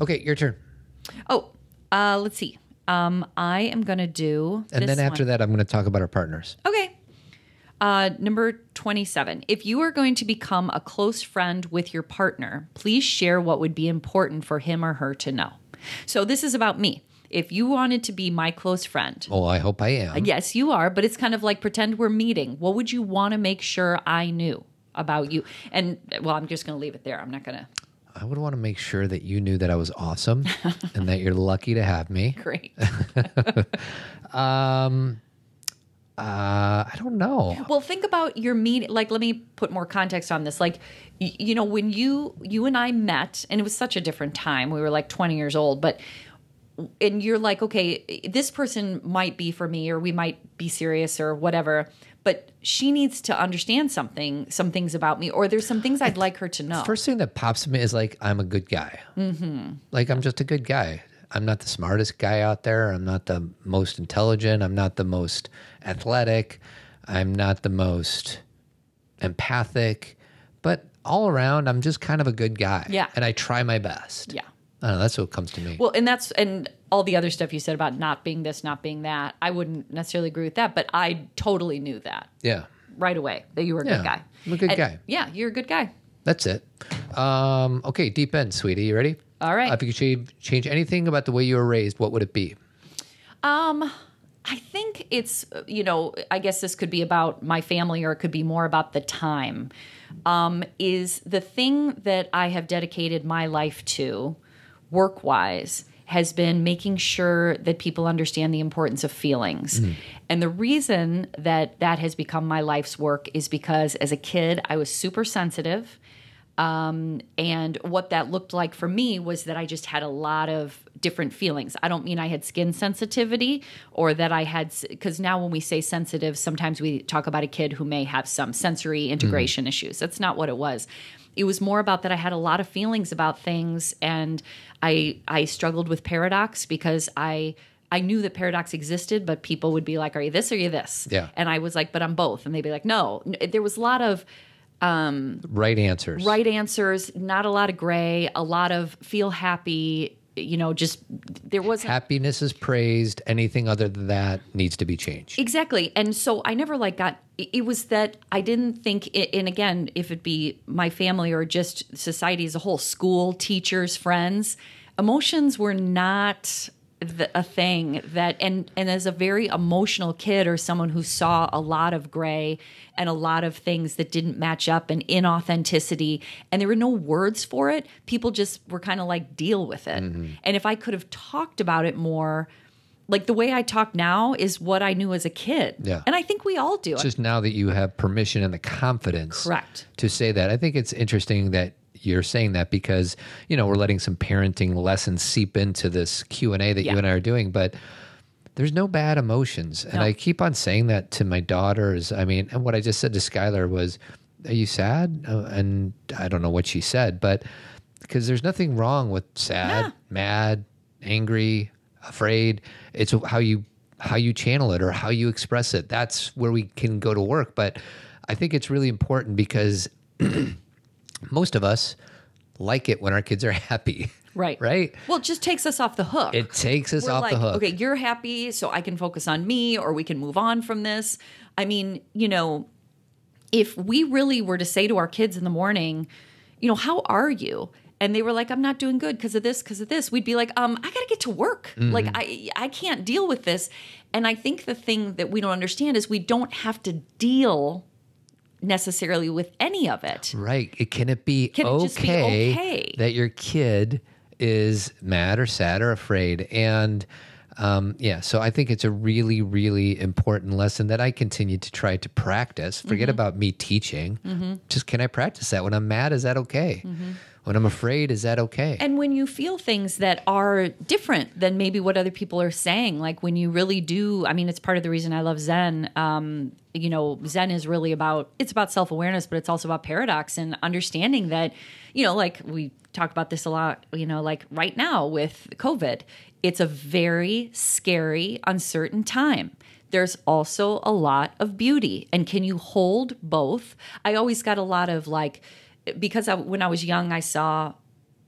Speaker 1: Okay, your turn.
Speaker 2: Oh, uh, let's see. Um, I am going to do.
Speaker 1: And then after that, I'm going to talk about our partners.
Speaker 2: Okay. Uh, number 27. If you are going to become a close friend with your partner, please share what would be important for him or her to know. So, this is about me. If you wanted to be my close friend,
Speaker 1: Oh, I hope I am.
Speaker 2: yes, you are, but it's kind of like pretend we're meeting. What would you want to make sure I knew about you? And, well, I'm just going to leave it there. I'm not *laughs* going to.
Speaker 1: I would want to make sure that you knew that I was awesome
Speaker 2: *laughs*
Speaker 1: and that you're lucky to have me.
Speaker 2: Great.
Speaker 1: Uh, I don't know.
Speaker 2: Well, think about your meet. Like, let me put more context on this. Like, y- you know, when you you and I met, and it was such a different time. We were like twenty years old, but and you're like, okay, this person might be for me, or we might be serious, or whatever. But she needs to understand something, some things about me, or there's some things I'd like her to know.
Speaker 1: First thing that pops to me is like, I'm a good guy. Mm-hmm. Like, I'm just a good guy. I'm not the smartest guy out there. I'm not the most intelligent. I'm not the most athletic. I'm not the most empathic. But all around, I'm just kind of a good guy.
Speaker 2: Yeah.
Speaker 1: And I try my best.
Speaker 2: yeah.
Speaker 1: I don't know. That's what comes to me.
Speaker 2: Well, and that's and all the other stuff you said about not being this, not being that. I wouldn't necessarily agree with that, but I totally knew that
Speaker 1: yeah.
Speaker 2: right away that you were a
Speaker 1: Yeah,
Speaker 2: good guy.
Speaker 1: I'm a good
Speaker 2: And-
Speaker 1: guy.
Speaker 2: Yeah, you're a good guy.
Speaker 1: That's it. Um, okay, deep end, sweetie. Uh, You ready?
Speaker 2: All right.
Speaker 1: if you could change, change anything about the way you were raised, what would it be?
Speaker 2: Um, I think it's you know I guess this could be about my family or it could be more about the time. Um, is the thing that I have dedicated my life to, work wise, has been making sure that people understand the importance of feelings. And the reason that that has become my life's work is because as a kid I was super sensitive. And what that looked like for me was that I just had a lot of different feelings. I don't mean I had skin sensitivity or that I had, because now when we say sensitive, sometimes we talk about a kid who may have some sensory integration issues. That's not what it was. It was more about that I had a lot of feelings about things and I I struggled with paradox because I I knew that paradox existed, but people would be like, "Are you this? Or are you this?"
Speaker 1: Yeah.
Speaker 2: and I was like, "But I'm both," and they'd be like, "No." There was a lot of
Speaker 1: Right answers.
Speaker 2: right answers, not a lot of gray, a lot of feel happy, you know, just there wasn't
Speaker 1: Happiness is praised. Anything other than that needs to be changed.
Speaker 2: Exactly. And so I never like got it it was that I didn't think it, and again, if it be my family or just society as a whole, school, teachers, friends, emotions were not the, a thing that and and as a very emotional kid or someone who saw a lot of gray and a lot of things that didn't match up and inauthenticity and there were no words for it people just were kind of like deal with it and if i could have talked about it more like the way I talk now is what I knew as a kid.
Speaker 1: Yeah.
Speaker 2: And I think we all do.
Speaker 1: just now that you have permission and the confidence
Speaker 2: Correct.
Speaker 1: to say that i think it's interesting that you're saying that because you know we're letting some parenting lessons seep into this q&a that
Speaker 2: Yeah.
Speaker 1: you and i are doing but there's no bad emotions and
Speaker 2: No.
Speaker 1: i keep on saying that to my daughters i mean and what i just said to skylar was are you sad Uh, and i don't know what she said but because there's nothing wrong with sad mad angry afraid it's how you how you channel it or how you express it that's where we can go to work but i think it's really important because *clears throat* most of us like it when our kids are *laughs* happy
Speaker 2: right.
Speaker 1: right
Speaker 2: Well, it just takes us off the hook.
Speaker 1: it takes us
Speaker 2: We're
Speaker 1: off
Speaker 2: like,
Speaker 1: the hook
Speaker 2: okay, you're happy, so I can focus on me or we can move on from this. I mean, you know, if we really were to say to our kids in the morning, you know, how are you? And they were like, I'm not doing good because of this, because of this. We'd be like, um, I gotta get to work.
Speaker 1: Mm-hmm.
Speaker 2: Like I I can't deal with this. And I think the thing that we don't understand is we don't have to deal necessarily with any of it.
Speaker 1: Right. It, can it be
Speaker 2: Can it
Speaker 1: okay,
Speaker 2: just be okay?
Speaker 1: that your kid is mad or sad or afraid? And um, yeah, so I think it's a really, really important lesson that I continue to try to practice. Forget
Speaker 2: Mm-hmm.
Speaker 1: about me teaching. Just can I practice that? When I'm mad, is that okay? When I'm afraid, is that okay?
Speaker 2: Mm-hmm. And when you feel things that are different than maybe what other people are saying, like when you really do, I mean, it's part of the reason I love Zen. Um, you know, Zen is really about it's about self awareness, but it's also about paradox and understanding that, you know, like we talk about this a lot. You know, like right now with COVID, it's a very scary, uncertain time there's also a lot of beauty. And can you hold both? I always got a lot of like, because I, when I was young, I saw,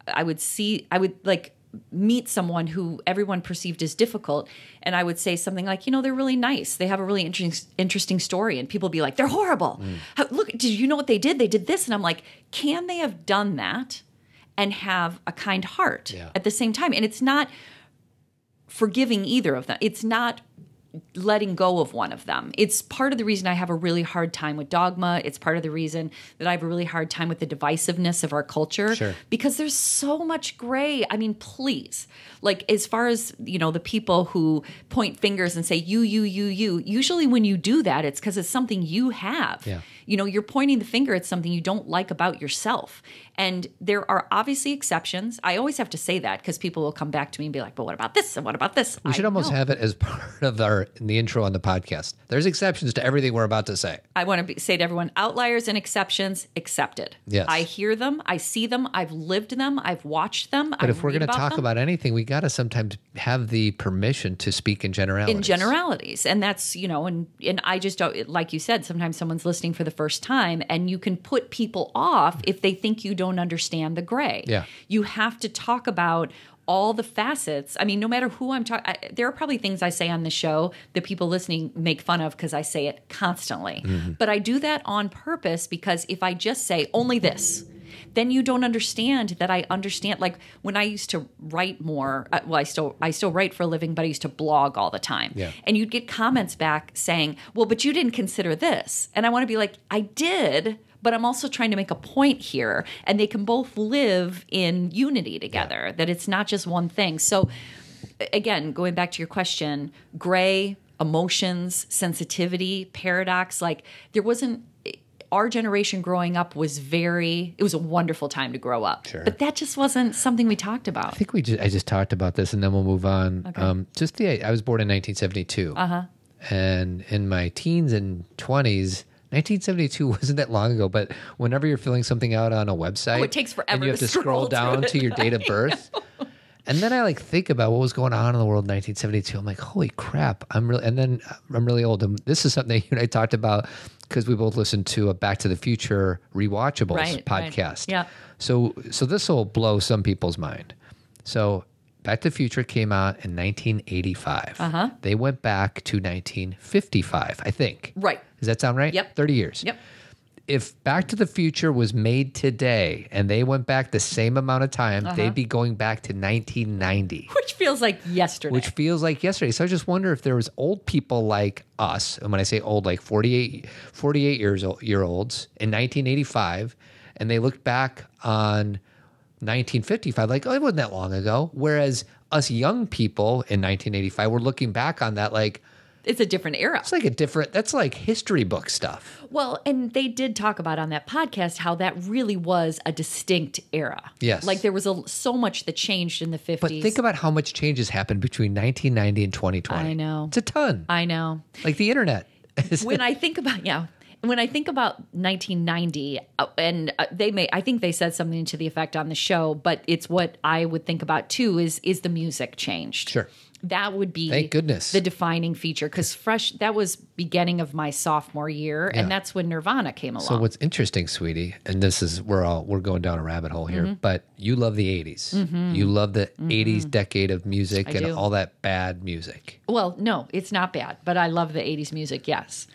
Speaker 2: I would see, I would like meet someone who everyone perceived as difficult. And I would say something like, you know, they're really nice. They have a really interesting, interesting story. And people would be like, they're horrible.
Speaker 1: Mm.
Speaker 2: How, look, did you know what they did? They did this. And I'm like, can they have done that? And have a kind heart
Speaker 1: Yeah.
Speaker 2: at the same time. And it's not forgiving either of them. It's not letting go of one of them. It's part of the reason I have a really hard time with dogma. It's part of the reason that I have a really hard time with the divisiveness of our culture
Speaker 1: Sure.
Speaker 2: because there's so much gray. I mean, please. Like as far as, you know, the people who point fingers and say you you you you, usually when you do that it's cuz it's something you have.
Speaker 1: Yeah.
Speaker 2: You know, you're pointing the finger at something you don't like about yourself. And there are obviously exceptions. I always have to say that because people will come back to me and be like, "But what about this? And what about this?"
Speaker 1: we should almost have it as *laughs* part of our in the intro on the podcast. There's exceptions to everything we're about to say.
Speaker 2: I want to be, say to everyone outliers and exceptions accepted.
Speaker 1: Yes.
Speaker 2: I hear them, I see them, I've lived them, I've watched them.
Speaker 1: But if we're going to talk about anything, we got to sometimes have the permission to speak in generalities.
Speaker 2: in generalities and that's you know and and I just don't like you said sometimes someone's listening for the first time and you can put people off if they think you don't understand the gray.
Speaker 1: Yeah.
Speaker 2: You have to talk about all the facets. I mean, no matter who I'm talking, there are probably things I say on the show that people listening make fun of because I say it constantly. But I do that on purpose because if I just say only this, then you don't understand that I understand. Like when I used to write more, uh, well, I still I still write for a living, but I used to blog all the time.
Speaker 1: Yeah.
Speaker 2: And you'd get comments back saying, "Well, but you didn't consider this," and I want to be like, "I did." But I'm also trying to make a point here, and they can both live in unity together. That it's not just one thing. So again, going back to your question, gray, emotions, sensitivity, paradox, like there wasn't our generation growing up was very it was a wonderful time to grow up.
Speaker 1: Sure.
Speaker 2: But that just wasn't something we talked about.
Speaker 1: I think we just, I just talked about this, and then we'll move on. Um, just the I was born in 1972, uh-huh. and in my teens and 20s. 1972 *laughs* wasn't that long ago, but whenever you're filling something out on a website,
Speaker 2: Oh, takes
Speaker 1: and
Speaker 2: forever
Speaker 1: you have to,
Speaker 2: to
Speaker 1: scroll,
Speaker 2: scroll
Speaker 1: down
Speaker 2: through
Speaker 1: to your
Speaker 2: *laughs*
Speaker 1: date of birth. And then I like think about what was going on in the world in 1972. I'm like, holy crap! I'm really, and then uh, I'm really old. And this is something *laughs* you and I talked about because we both listened to a Back to the Future rewatchables
Speaker 2: Right, right.
Speaker 1: podcast.
Speaker 2: Yeah.
Speaker 1: So so this will blow some people's mind. So Back to the Future came out in 1985. Uh-huh. They went back to 1955, I think.
Speaker 2: Right.
Speaker 1: Does that sound right?
Speaker 2: Yep.
Speaker 1: 30 years.
Speaker 2: Yep.
Speaker 1: If Back to the Future was made today and they went back the same amount of time,
Speaker 2: Uh-huh.
Speaker 1: they'd be going back to 1990.
Speaker 2: Which feels like yesterday.
Speaker 1: Which feels like yesterday. So I just wonder if there was old people like us, and when I say old, like 48, 48 years old, year olds in 1985, and they looked back on 1955, like, oh, it wasn't that long ago. Whereas us young people in 1985 were looking back on that like,
Speaker 2: it's a different era.
Speaker 1: it's like a different, that's like history book stuff.
Speaker 2: Well, and they did talk about on that podcast how that really was a distinct era.
Speaker 1: Yes.
Speaker 2: Like there was a, so much that changed in the 50s.
Speaker 1: But think about how much changes happened between 1990 and 2020.
Speaker 2: I know.
Speaker 1: It's a ton.
Speaker 2: I know.
Speaker 1: Like the internet. *laughs*
Speaker 2: *laughs* when I think about yeah, when I think about 1990, uh, and uh, they may I think they said something to the effect on the show, but it's what I would think about too is is the music changed?
Speaker 1: Sure.
Speaker 2: That would be
Speaker 1: Thank goodness.
Speaker 2: the defining feature because fresh that was beginning of my sophomore year,
Speaker 1: Yeah.
Speaker 2: and that's when Nirvana came along.
Speaker 1: So what's interesting, sweetie, and this is we're all we're going down a rabbit hole here,
Speaker 2: Mm-hmm.
Speaker 1: but you love the 80s. You love the 80s decade of music and
Speaker 2: do.
Speaker 1: all that bad music.
Speaker 2: well, no, it's not bad, but I love the 80s music. Yes,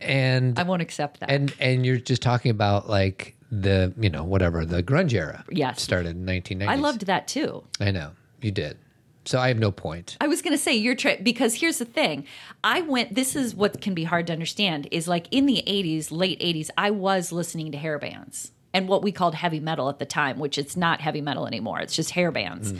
Speaker 1: And
Speaker 2: I won't accept that.
Speaker 1: and and you're just talking about like the, you know, whatever, the grunge era.
Speaker 2: Yes.
Speaker 1: Started in 1990s.
Speaker 2: I loved that too.
Speaker 1: I know. You did. So I have no point.
Speaker 2: I was going to say your trip because here's the thing. I went this is what can be hard to understand is like in the 80s, late 80s, I was listening to hair bands and what we called heavy metal at the time, which it's not heavy metal anymore. It's just hair bands.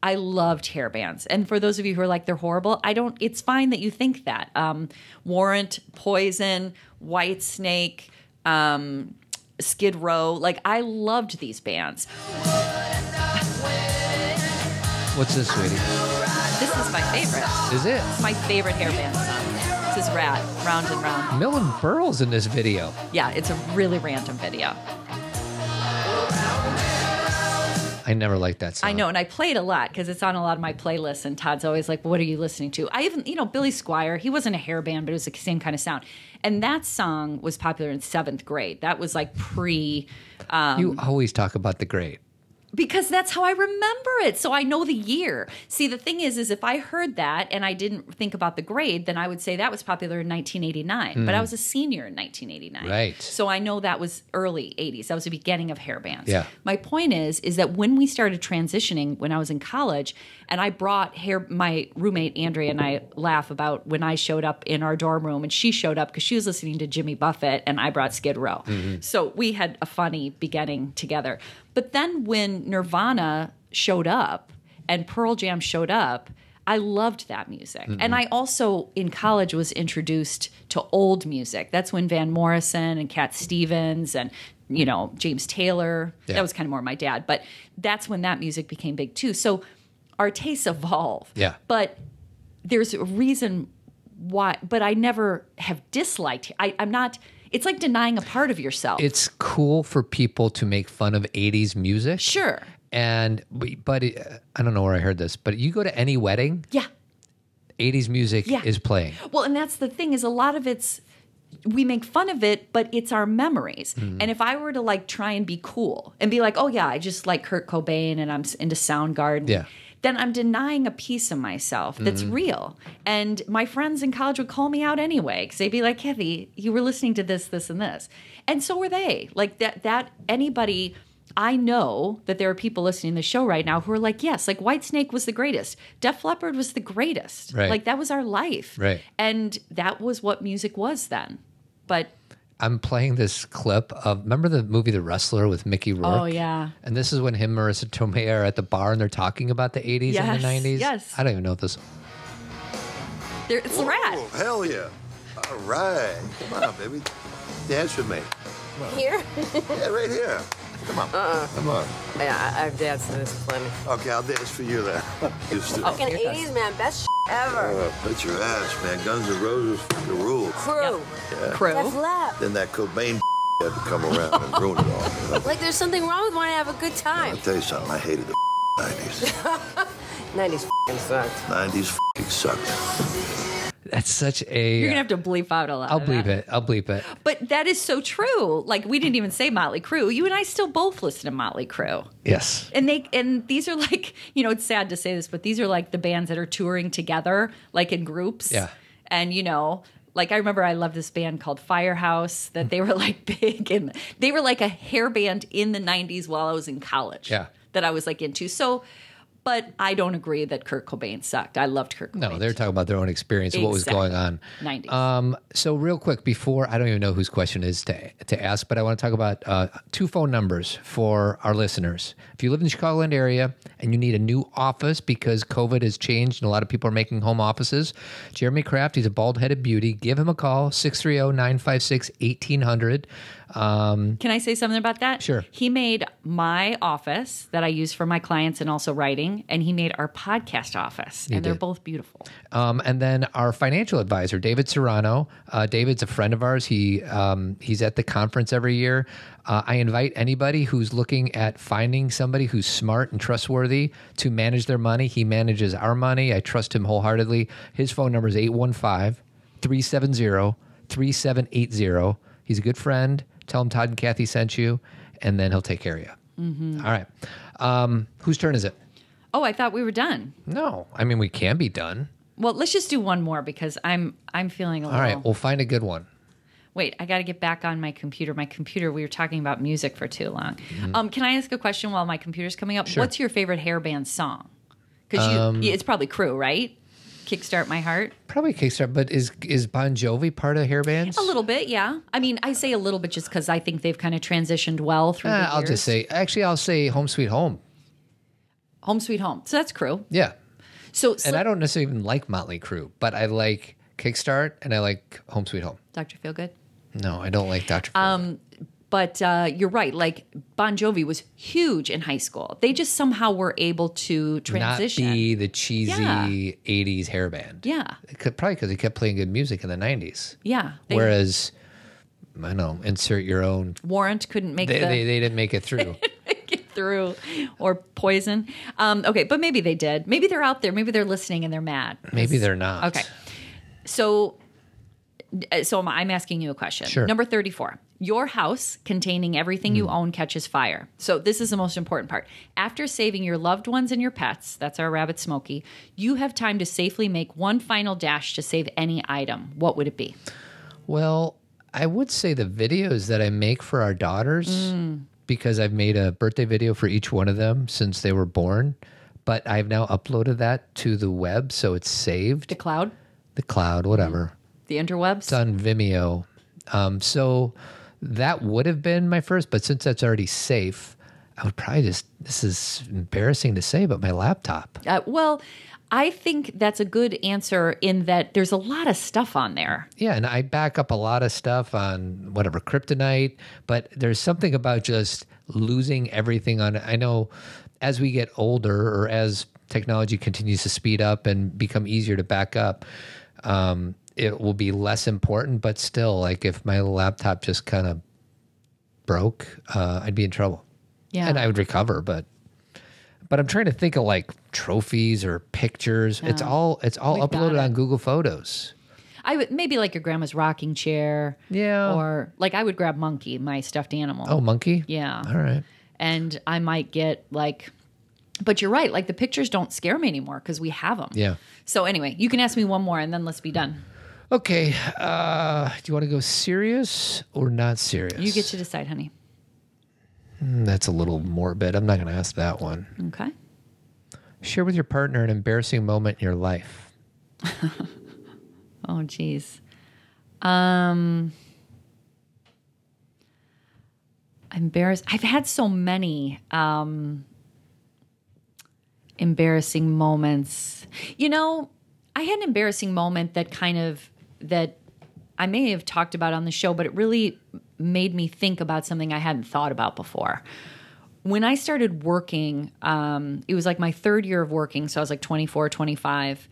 Speaker 2: I loved hair bands. And for those of you who are like they're horrible, I don't it's fine that you think that. Um Warrant, Poison, White Snake, um Skid Row, like I loved these bands.
Speaker 1: What's this, sweetie?
Speaker 2: This is my favorite.
Speaker 1: Is it?
Speaker 2: my favorite hairband song. This is Rat, Round and Round.
Speaker 1: Millen Burl's in this video.
Speaker 2: Yeah, it's a really random video.
Speaker 1: I never liked that song.
Speaker 2: I know, and I play it a lot because it's on a lot of my playlists, and Todd's always like, What are you listening to? I even, you know, Billy Squire, he wasn't a hairband, but it was the same kind of sound. And that song was popular in seventh grade. That was like pre,
Speaker 1: You always talk about the great.
Speaker 2: because that's how I remember it. So I know the year. See, the thing is, is if I heard that and I didn't think about the grade, then I would say that was popular in 1989. But I was a senior in 1989.
Speaker 1: Hmm. Right.
Speaker 2: So I know that was early 80s. That was the beginning of hair bands.
Speaker 1: Yeah.
Speaker 2: My point is, is that when we started transitioning when I was in college, and I brought hair, my roommate Andrea and I laugh about when I showed up in our dorm room and she showed up because she was listening to Jimmy Buffett and I brought Skid Row. So we had a funny beginning together. But then when Nirvana showed up and Pearl Jam showed up, I loved that music. And I also in college was introduced to old music. That's when Van Morrison and Cat Stevens and you know, James Taylor.
Speaker 1: Yeah.
Speaker 2: That was kind of more my dad, but that's when that music became big too. So our tastes evolve.
Speaker 1: Yeah.
Speaker 2: But there's a reason why but I never have disliked I, I'm not it's like denying a part of yourself.
Speaker 1: It's cool for people to make fun of 80s music.
Speaker 2: sure.
Speaker 1: And but it, I don't know where I heard this, but you go to any wedding,
Speaker 2: Yeah.
Speaker 1: 80s music
Speaker 2: Yeah.
Speaker 1: is playing.
Speaker 2: Well, and that's the thing is a lot of it's we make fun of it, but it's our memories.
Speaker 1: Mm-hmm.
Speaker 2: And if I were to like try and be cool and be like, "Oh yeah, I just like Kurt Cobain and I'm s- into Soundgarden,"
Speaker 1: Yeah. Mm-hmm.
Speaker 2: then I'm denying a piece of myself that's real. And my friends in college would call me out anyway because they'd be like, "Kathy, you were listening to this, this, and this," and so were they. Like that. That anybody. I know that there are people listening to the show right now who are like, yes, like White Snake was the greatest. Def Leppard was the greatest.
Speaker 1: Right.
Speaker 2: Like that was our life.
Speaker 1: Right.
Speaker 2: And that was what music was then. But
Speaker 1: I'm playing this clip of remember the movie The Wrestler with Mickey Rourke?
Speaker 2: oh yeah.
Speaker 1: And this is when him and Marissa Tomei are at the bar and they're talking about the 80s and
Speaker 2: Yes,
Speaker 1: the 90s.
Speaker 2: yes.
Speaker 1: I don't even know if this.
Speaker 2: There, it's the rat.
Speaker 4: Whoa, Oh, hell yeah. All right. Come on, baby. Dance with me.
Speaker 5: Here?
Speaker 4: Yeah, right here. Come on. Come on.
Speaker 6: Yeah, I, I've danced to this plenty.
Speaker 4: Okay, I'll dance for you then. *laughs* Just to
Speaker 5: Fucking 80s, man. Best shit ever.
Speaker 4: uh, put your ass, man. Guns N' Roses the rule.
Speaker 5: Crew. That's
Speaker 2: Crow.
Speaker 5: love.
Speaker 4: Then that Cobain *laughs* had to come around and ruin it all. you know?
Speaker 5: Like, there's something wrong with wanting to have a good
Speaker 4: I'll
Speaker 5: time.
Speaker 4: tell you something. I hated the *laughs* 90s.
Speaker 6: 90s fing sucked.
Speaker 4: 90s f***ing sucked.
Speaker 1: That's such a.
Speaker 2: You're gonna have to bleep out a lot.
Speaker 1: I'll
Speaker 2: of that.
Speaker 1: bleep it. I'll bleep it.
Speaker 2: But that is so true. Like we didn't even say Motley Crue. You and I still both listen to Motley Crue.
Speaker 1: Yes.
Speaker 2: And they and these are like, *laughs* you know, it's sad to say this, but these are like the bands that are touring together, like in groups.
Speaker 1: Yeah.
Speaker 2: And you know, like I remember I loved this band called Firehouse that they were *laughs* like big and they were like a hair band in the 90s while I was in college.
Speaker 1: Yeah.
Speaker 2: That I was like into. So but I don't agree that Kurt Cobain sucked. I loved Kurt Cobain.
Speaker 1: No, they're talking about their own experience, of what was
Speaker 2: Exactly.
Speaker 1: going on.
Speaker 2: 90s.
Speaker 1: Um, so real quick before I don't even know whose question is to to ask, but I want to talk about uh, two phone numbers for our listeners. If you live in the Chicagoland area and you need a new office because COVID has changed and a lot of people are making home offices, Jeremy Kraft, he's a bald-headed beauty. Give him a call oh, 630-956-1800. Um,
Speaker 2: Can I say something about that?
Speaker 1: Sure.
Speaker 2: He made my office that I use for my clients and also writing, and he made our podcast office, and they're
Speaker 1: did.
Speaker 2: both beautiful.
Speaker 1: Um, and then our financial advisor, David Serrano. Uh, David's a friend of ours. He um, he's at the conference every year. Uh, I invite anybody who's looking at finding somebody who's smart and trustworthy to manage their money. He manages our money. I trust him wholeheartedly. His phone number is 815 370 3780. He's a good friend. Tell him Todd and Kathy sent you, and then he'll take care of you. All right. Um, whose turn is it?
Speaker 2: Oh, I thought we were done.
Speaker 1: No. I mean, we can be done.
Speaker 2: Well, let's just do one more because I'm I'm feeling a
Speaker 1: All
Speaker 2: little.
Speaker 1: right. We'll find a good one.
Speaker 2: Wait, I got to get back on my computer. My computer. We were talking about music for too long.
Speaker 1: Mm-hmm.
Speaker 2: Um, can I ask a question while my computer's coming up? What's your favorite hairband song? Because you,
Speaker 1: Um,
Speaker 2: yeah, it's probably Crew, right? Kickstart my heart.
Speaker 1: Probably Kickstart, but is is Bon Jovi part of hair bands?
Speaker 2: A little bit, yeah. I mean, I say a little bit just because I think they've kind of transitioned well through.
Speaker 1: Uh,
Speaker 2: the
Speaker 1: I'll
Speaker 2: years.
Speaker 1: just say, actually, I'll say Home Sweet Home.
Speaker 2: Home Sweet Home. So that's Crew.
Speaker 1: Yeah,
Speaker 2: So,
Speaker 1: and
Speaker 2: Slip-
Speaker 1: I don't necessarily even like Motley Crue, but I like Kickstart and I like Home Sweet Home.
Speaker 2: Dr. Feelgood.
Speaker 1: No, I don't like Doctor. Um,
Speaker 2: But uh, you're right. Like Bon Jovi was huge in high school. They just somehow were able to
Speaker 1: not
Speaker 2: transition.
Speaker 1: be the cheesy
Speaker 2: Yeah.
Speaker 1: '80s hair band.
Speaker 2: yeah,
Speaker 1: It could- probably because he kept playing good music in the '90s.
Speaker 2: yeah. They,
Speaker 1: Whereas, I don't know, insert your own.
Speaker 2: Warrant couldn't make
Speaker 1: They,
Speaker 2: the
Speaker 1: they, they didn't make it
Speaker 2: *laughs*
Speaker 1: through.
Speaker 2: get through, or Poison. Um, okay, but maybe they did. Maybe they're out there. Maybe they're listening and they're mad.
Speaker 1: Maybe they're not.
Speaker 2: Okay. So, uh, so I'm, I'm asking you a question.
Speaker 1: Sure. Hmm.
Speaker 2: Number 34. Your house containing everything you own catches fire. So, this is the most important part. After saving your loved ones and your pets, that's our rabbit Smokey, you have time to safely make one final dash to save any item. What would it be?
Speaker 1: Well, I would say the videos that I make for our daughters because I've made a birthday video for each one of them since they were born, but I've now uploaded that to the web so it's saved,
Speaker 2: The cloud?
Speaker 1: the cloud, whatever.
Speaker 2: The interwebs?
Speaker 1: It's on Vimeo. Um, so that would have been my first, but since that's already safe, I would probably just this is embarrassing to say, but my laptop.
Speaker 2: Uh, well, I think that's a good answer in that there's a lot of stuff on there.
Speaker 1: Yeah, and I back up a lot of stuff on whatever kryptonite, but there's something about just losing everything on I know as we get older or as technology continues to speed up and become easier to back up, um, it will be less important, but still like if my laptop just kind of broke, uh, I'd be in trouble.
Speaker 2: Yeah.
Speaker 1: And I would recover, but but I'm trying to think of like trophies or pictures. It's all it's all
Speaker 2: We've got
Speaker 1: uploaded
Speaker 2: it.
Speaker 1: on Google Photos.
Speaker 2: I would maybe like your grandma's rocking chair.
Speaker 1: Yeah.
Speaker 2: Or like I would grab monkey, my stuffed animal.
Speaker 1: Oh, monkey?
Speaker 2: Yeah.
Speaker 1: All right.
Speaker 2: And I might get like, but you're right. Like the pictures don't scare me anymore because we have them.
Speaker 1: Yeah.
Speaker 2: So anyway, you can ask me one more and then let's be done.
Speaker 1: Okay. Uh, do you want to go serious or not serious?
Speaker 2: You get to decide, honey.
Speaker 1: Mm, That's a little morbid. I'm not going to ask that one.
Speaker 2: Okay.
Speaker 1: Share with your partner an embarrassing moment in your life.
Speaker 2: Oh, geez. Um, embarrassed. I've had so many um, embarrassing moments. You know, I had an embarrassing moment that kind of that I may have talked about on the show, but it really made me think about something I hadn't thought about before. When I started working, um, it was like my third year of working, so I was like 24, 25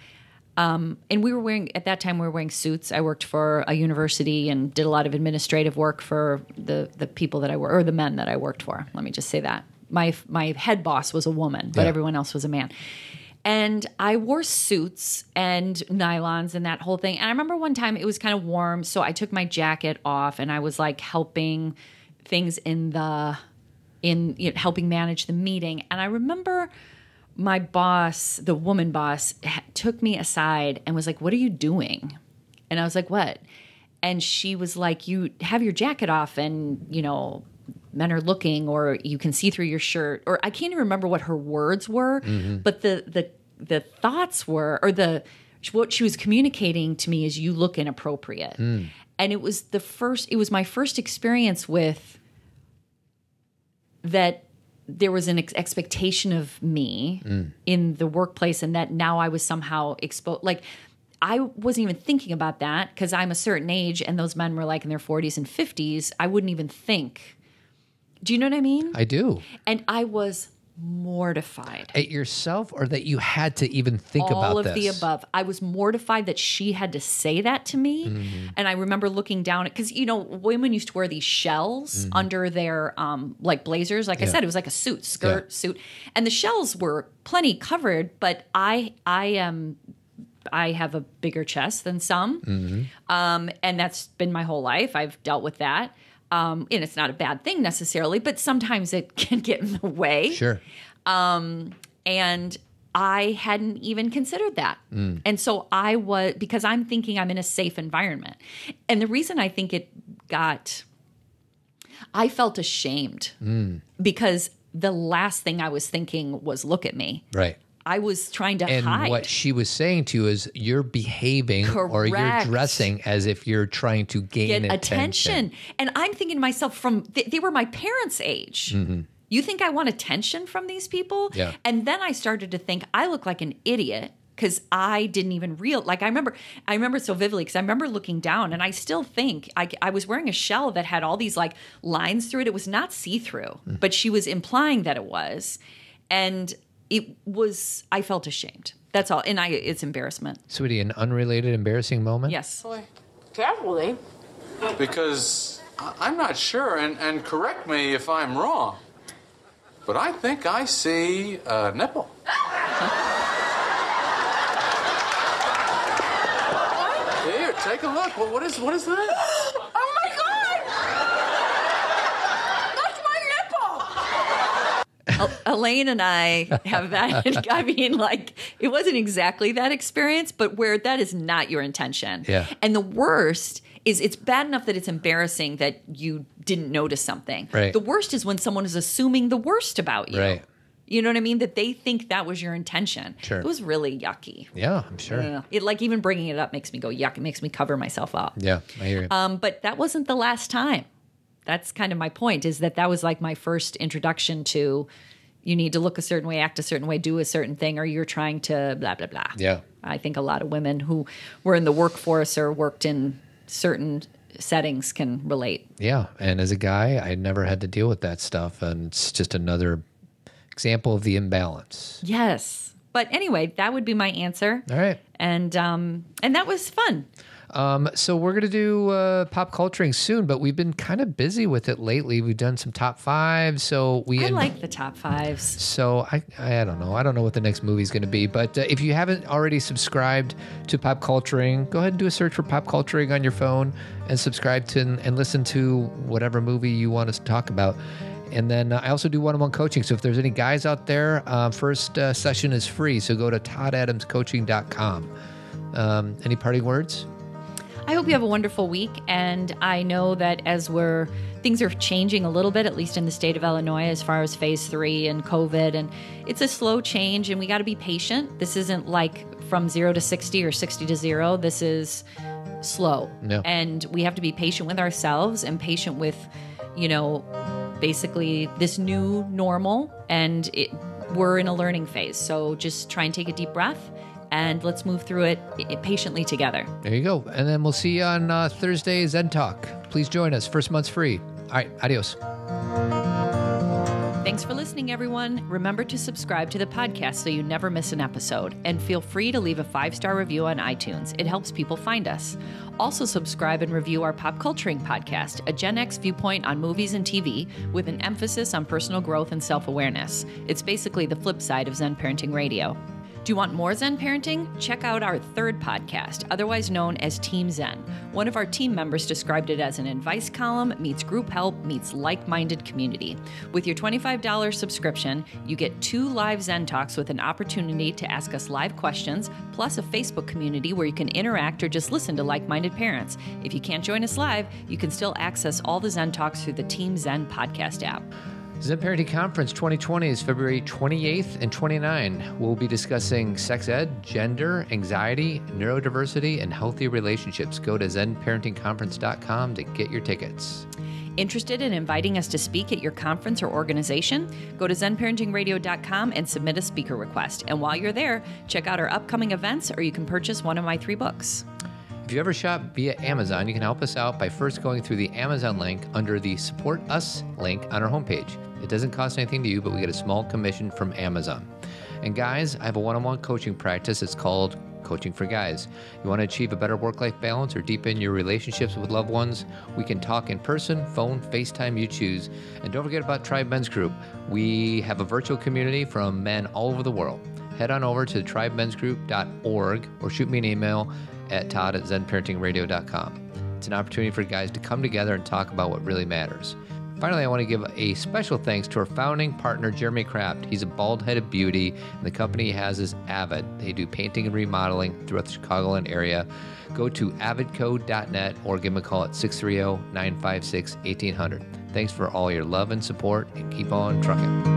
Speaker 2: and we were wearing at that time we were wearing suits. I worked for a university and did a lot of administrative work for the the people that I were or the men that I worked for. Let me just say that my my head boss was a woman, but
Speaker 1: Yeah.
Speaker 2: everyone else was a man. And I wore suits and nylons and that whole thing. And I remember one time it was kind of warm, so I took my jacket off and I was like helping things in the in you know, helping manage the meeting. And I remember my boss, the woman boss, ha- took me aside and was like, What are you doing? And I was like, What? And she was like, You have your jacket off and, you know, men are looking or you can see through your shirt or I can't even remember what her words were, but the the the thoughts were or the what she was communicating to me is you look inappropriate. And it was the first it was my first experience with that there was an ex- expectation of me in the workplace and that now I was somehow exposed. Like, I wasn't even thinking about that because I'm a certain age and those men were like in their 40s and 50s. I wouldn't even think. Do you know what I mean?
Speaker 1: I do.
Speaker 2: And I was mortified.
Speaker 1: At yourself or that you had to even think
Speaker 2: All
Speaker 1: about this?
Speaker 2: of the above. I was mortified that she had to say that to me.
Speaker 1: Mm-hmm.
Speaker 2: And I remember looking down at, because, you know, women used to wear these shells
Speaker 1: Mm-hmm.
Speaker 2: under their, um, like, blazers. Like I said, it was like a suit, skirt,
Speaker 1: Yeah.
Speaker 2: suit. And the shells were plenty covered, but I, I am. I have a bigger chest than some,
Speaker 1: Mm-hmm.
Speaker 2: um, and that's been my whole life. I've dealt with that, um, and it's not a bad thing necessarily, but sometimes it *laughs* can get in the way
Speaker 1: Sure.
Speaker 2: and I hadn't even considered that.
Speaker 1: Mm.
Speaker 2: And so I was because I'm thinking I'm in a safe environment. And the reason I think it got I felt ashamed
Speaker 1: Mm.
Speaker 2: because the last thing I was thinking was look at me.
Speaker 1: Right.
Speaker 2: I was trying to
Speaker 1: And
Speaker 2: hide.
Speaker 1: what she was saying to you is you're behaving or you're
Speaker 2: Correct.
Speaker 1: dressing as if you're trying to gain
Speaker 2: get attention. And I'm thinking to myself, from th- they were my parents' age. You think I want attention from these people?
Speaker 1: Yeah.
Speaker 2: And then I started to think I look like an idiot because I didn't even real like I remember I remember so vividly because I remember looking down and I still think I, I was wearing a shell that had all these like lines through it. It was not see through, but she was implying that it was, and it was. I felt ashamed. That's all, and I it's embarrassment.
Speaker 1: Sweetie, an unrelated embarrassing moment?
Speaker 2: Yes.
Speaker 6: Carefully.
Speaker 7: Because I- I'm not sure, and, and correct me if I'm wrong, but I think I see a nipple. Here, take a look. What, what is what is that?
Speaker 5: Oh my god! That's my
Speaker 2: Elaine and I
Speaker 1: *laughs*
Speaker 2: have that. *laughs* I mean, like, it wasn't exactly that experience, but where that is not your intention.
Speaker 1: Yeah.
Speaker 2: And the worst is it's bad enough that it's embarrassing that you didn't notice something.
Speaker 1: Right.
Speaker 2: The worst is when someone is assuming the worst about you.
Speaker 1: Right.
Speaker 2: You know what I mean? That they think that was your intention.
Speaker 1: Sure.
Speaker 2: It was really yucky.
Speaker 1: Yeah, I'm sure.
Speaker 2: Yeah. It like even bringing it up makes me go yuck. It makes me cover myself up.
Speaker 1: Yeah, I hear you.
Speaker 2: Um, but that wasn't the last time. That's kind of my point is that that was like my first introduction to you need to look a certain way, act a certain way, do a certain thing, or you're trying to blah, blah, blah.
Speaker 1: Yeah.
Speaker 2: I think a lot of women who were in the workforce or worked in certain settings can relate.
Speaker 1: Yeah, and as a guy, I never had to deal with that stuff, and it's just another example of the imbalance.
Speaker 2: Yes. But anyway, that would be my answer.
Speaker 1: All right,
Speaker 2: And um and that was fun.
Speaker 1: Um, so we're gonna do uh, pop culturing soon, but we've been kind of busy with it lately. We've done some top fives, so we
Speaker 2: I
Speaker 1: in-
Speaker 2: like the top fives.
Speaker 1: So I, I don't know. I don't know what the next movie is going to be. But uh, if you haven't already subscribed to Pop Culturing, go ahead and do a search for Pop Culturing on your phone and subscribe to and, and listen to whatever movie you want us to talk about. And then uh, I also do one-on-one coaching. So if there's any guys out there, uh, first uh, session is free. So go to toddadamscoaching.com. Um, any parting words?
Speaker 2: I hope you have a wonderful week. And I know that as we're things are changing a little bit, at least in the state of Illinois, as far as phase three and COVID, and it's a slow change, and we got to be patient. This isn't like from zero to 60 or 60 to zero. This is slow.
Speaker 1: Yeah.
Speaker 2: And we have to be patient with ourselves and patient with, you know, basically this new normal. And it, we're in a learning phase. So just try and take a deep breath and let's move through it i- patiently together.
Speaker 1: There you go. And then we'll see you on uh, Thursday, Zen Talk. Please join us. First month's free. All right. Adios.
Speaker 2: Thanks for listening, everyone. Remember to subscribe to the podcast so you never miss an episode. And feel free to leave a five star review on iTunes, it helps people find us. Also, subscribe and review our Pop Culturing podcast, a Gen X viewpoint on movies and TV with an emphasis on personal growth and self awareness. It's basically the flip side of Zen Parenting Radio. Do you want more Zen parenting? Check out our third podcast, otherwise known as Team Zen. One of our team members described it as an advice column meets group help meets like minded community. With your $25 subscription, you get two live Zen talks with an opportunity to ask us live questions, plus a Facebook community where you can interact or just listen to like minded parents. If you can't join us live, you can still access all the Zen talks through the Team Zen podcast app.
Speaker 1: Zen Parenting Conference 2020 is February 28th and 29. We'll be discussing sex ed, gender, anxiety, neurodiversity, and healthy relationships. Go to zenparentingconference.com to get your tickets.
Speaker 2: Interested in inviting us to speak at your conference or organization? Go to zenparentingradio.com and submit a speaker request. And while you're there, check out our upcoming events or you can purchase one of my three books.
Speaker 1: If you ever shop via Amazon, you can help us out by first going through the Amazon link under the Support Us link on our homepage. It doesn't cost anything to you, but we get a small commission from Amazon. And guys, I have a one on one coaching practice. It's called Coaching for Guys. You want to achieve a better work life balance or deepen your relationships with loved ones? We can talk in person, phone, FaceTime, you choose. And don't forget about Tribe Men's Group. We have a virtual community from men all over the world head on over to tribemensgroup.org or shoot me an email at todd at zenparentingradio.com. It's an opportunity for guys to come together and talk about what really matters. Finally, I want to give a special thanks to our founding partner, Jeremy Kraft. He's a bald headed beauty, and the company he has is Avid. They do painting and remodeling throughout the Chicagoland area. Go to avidco.net or give him a call at 630 956 1800. Thanks for all your love and support, and keep on trucking.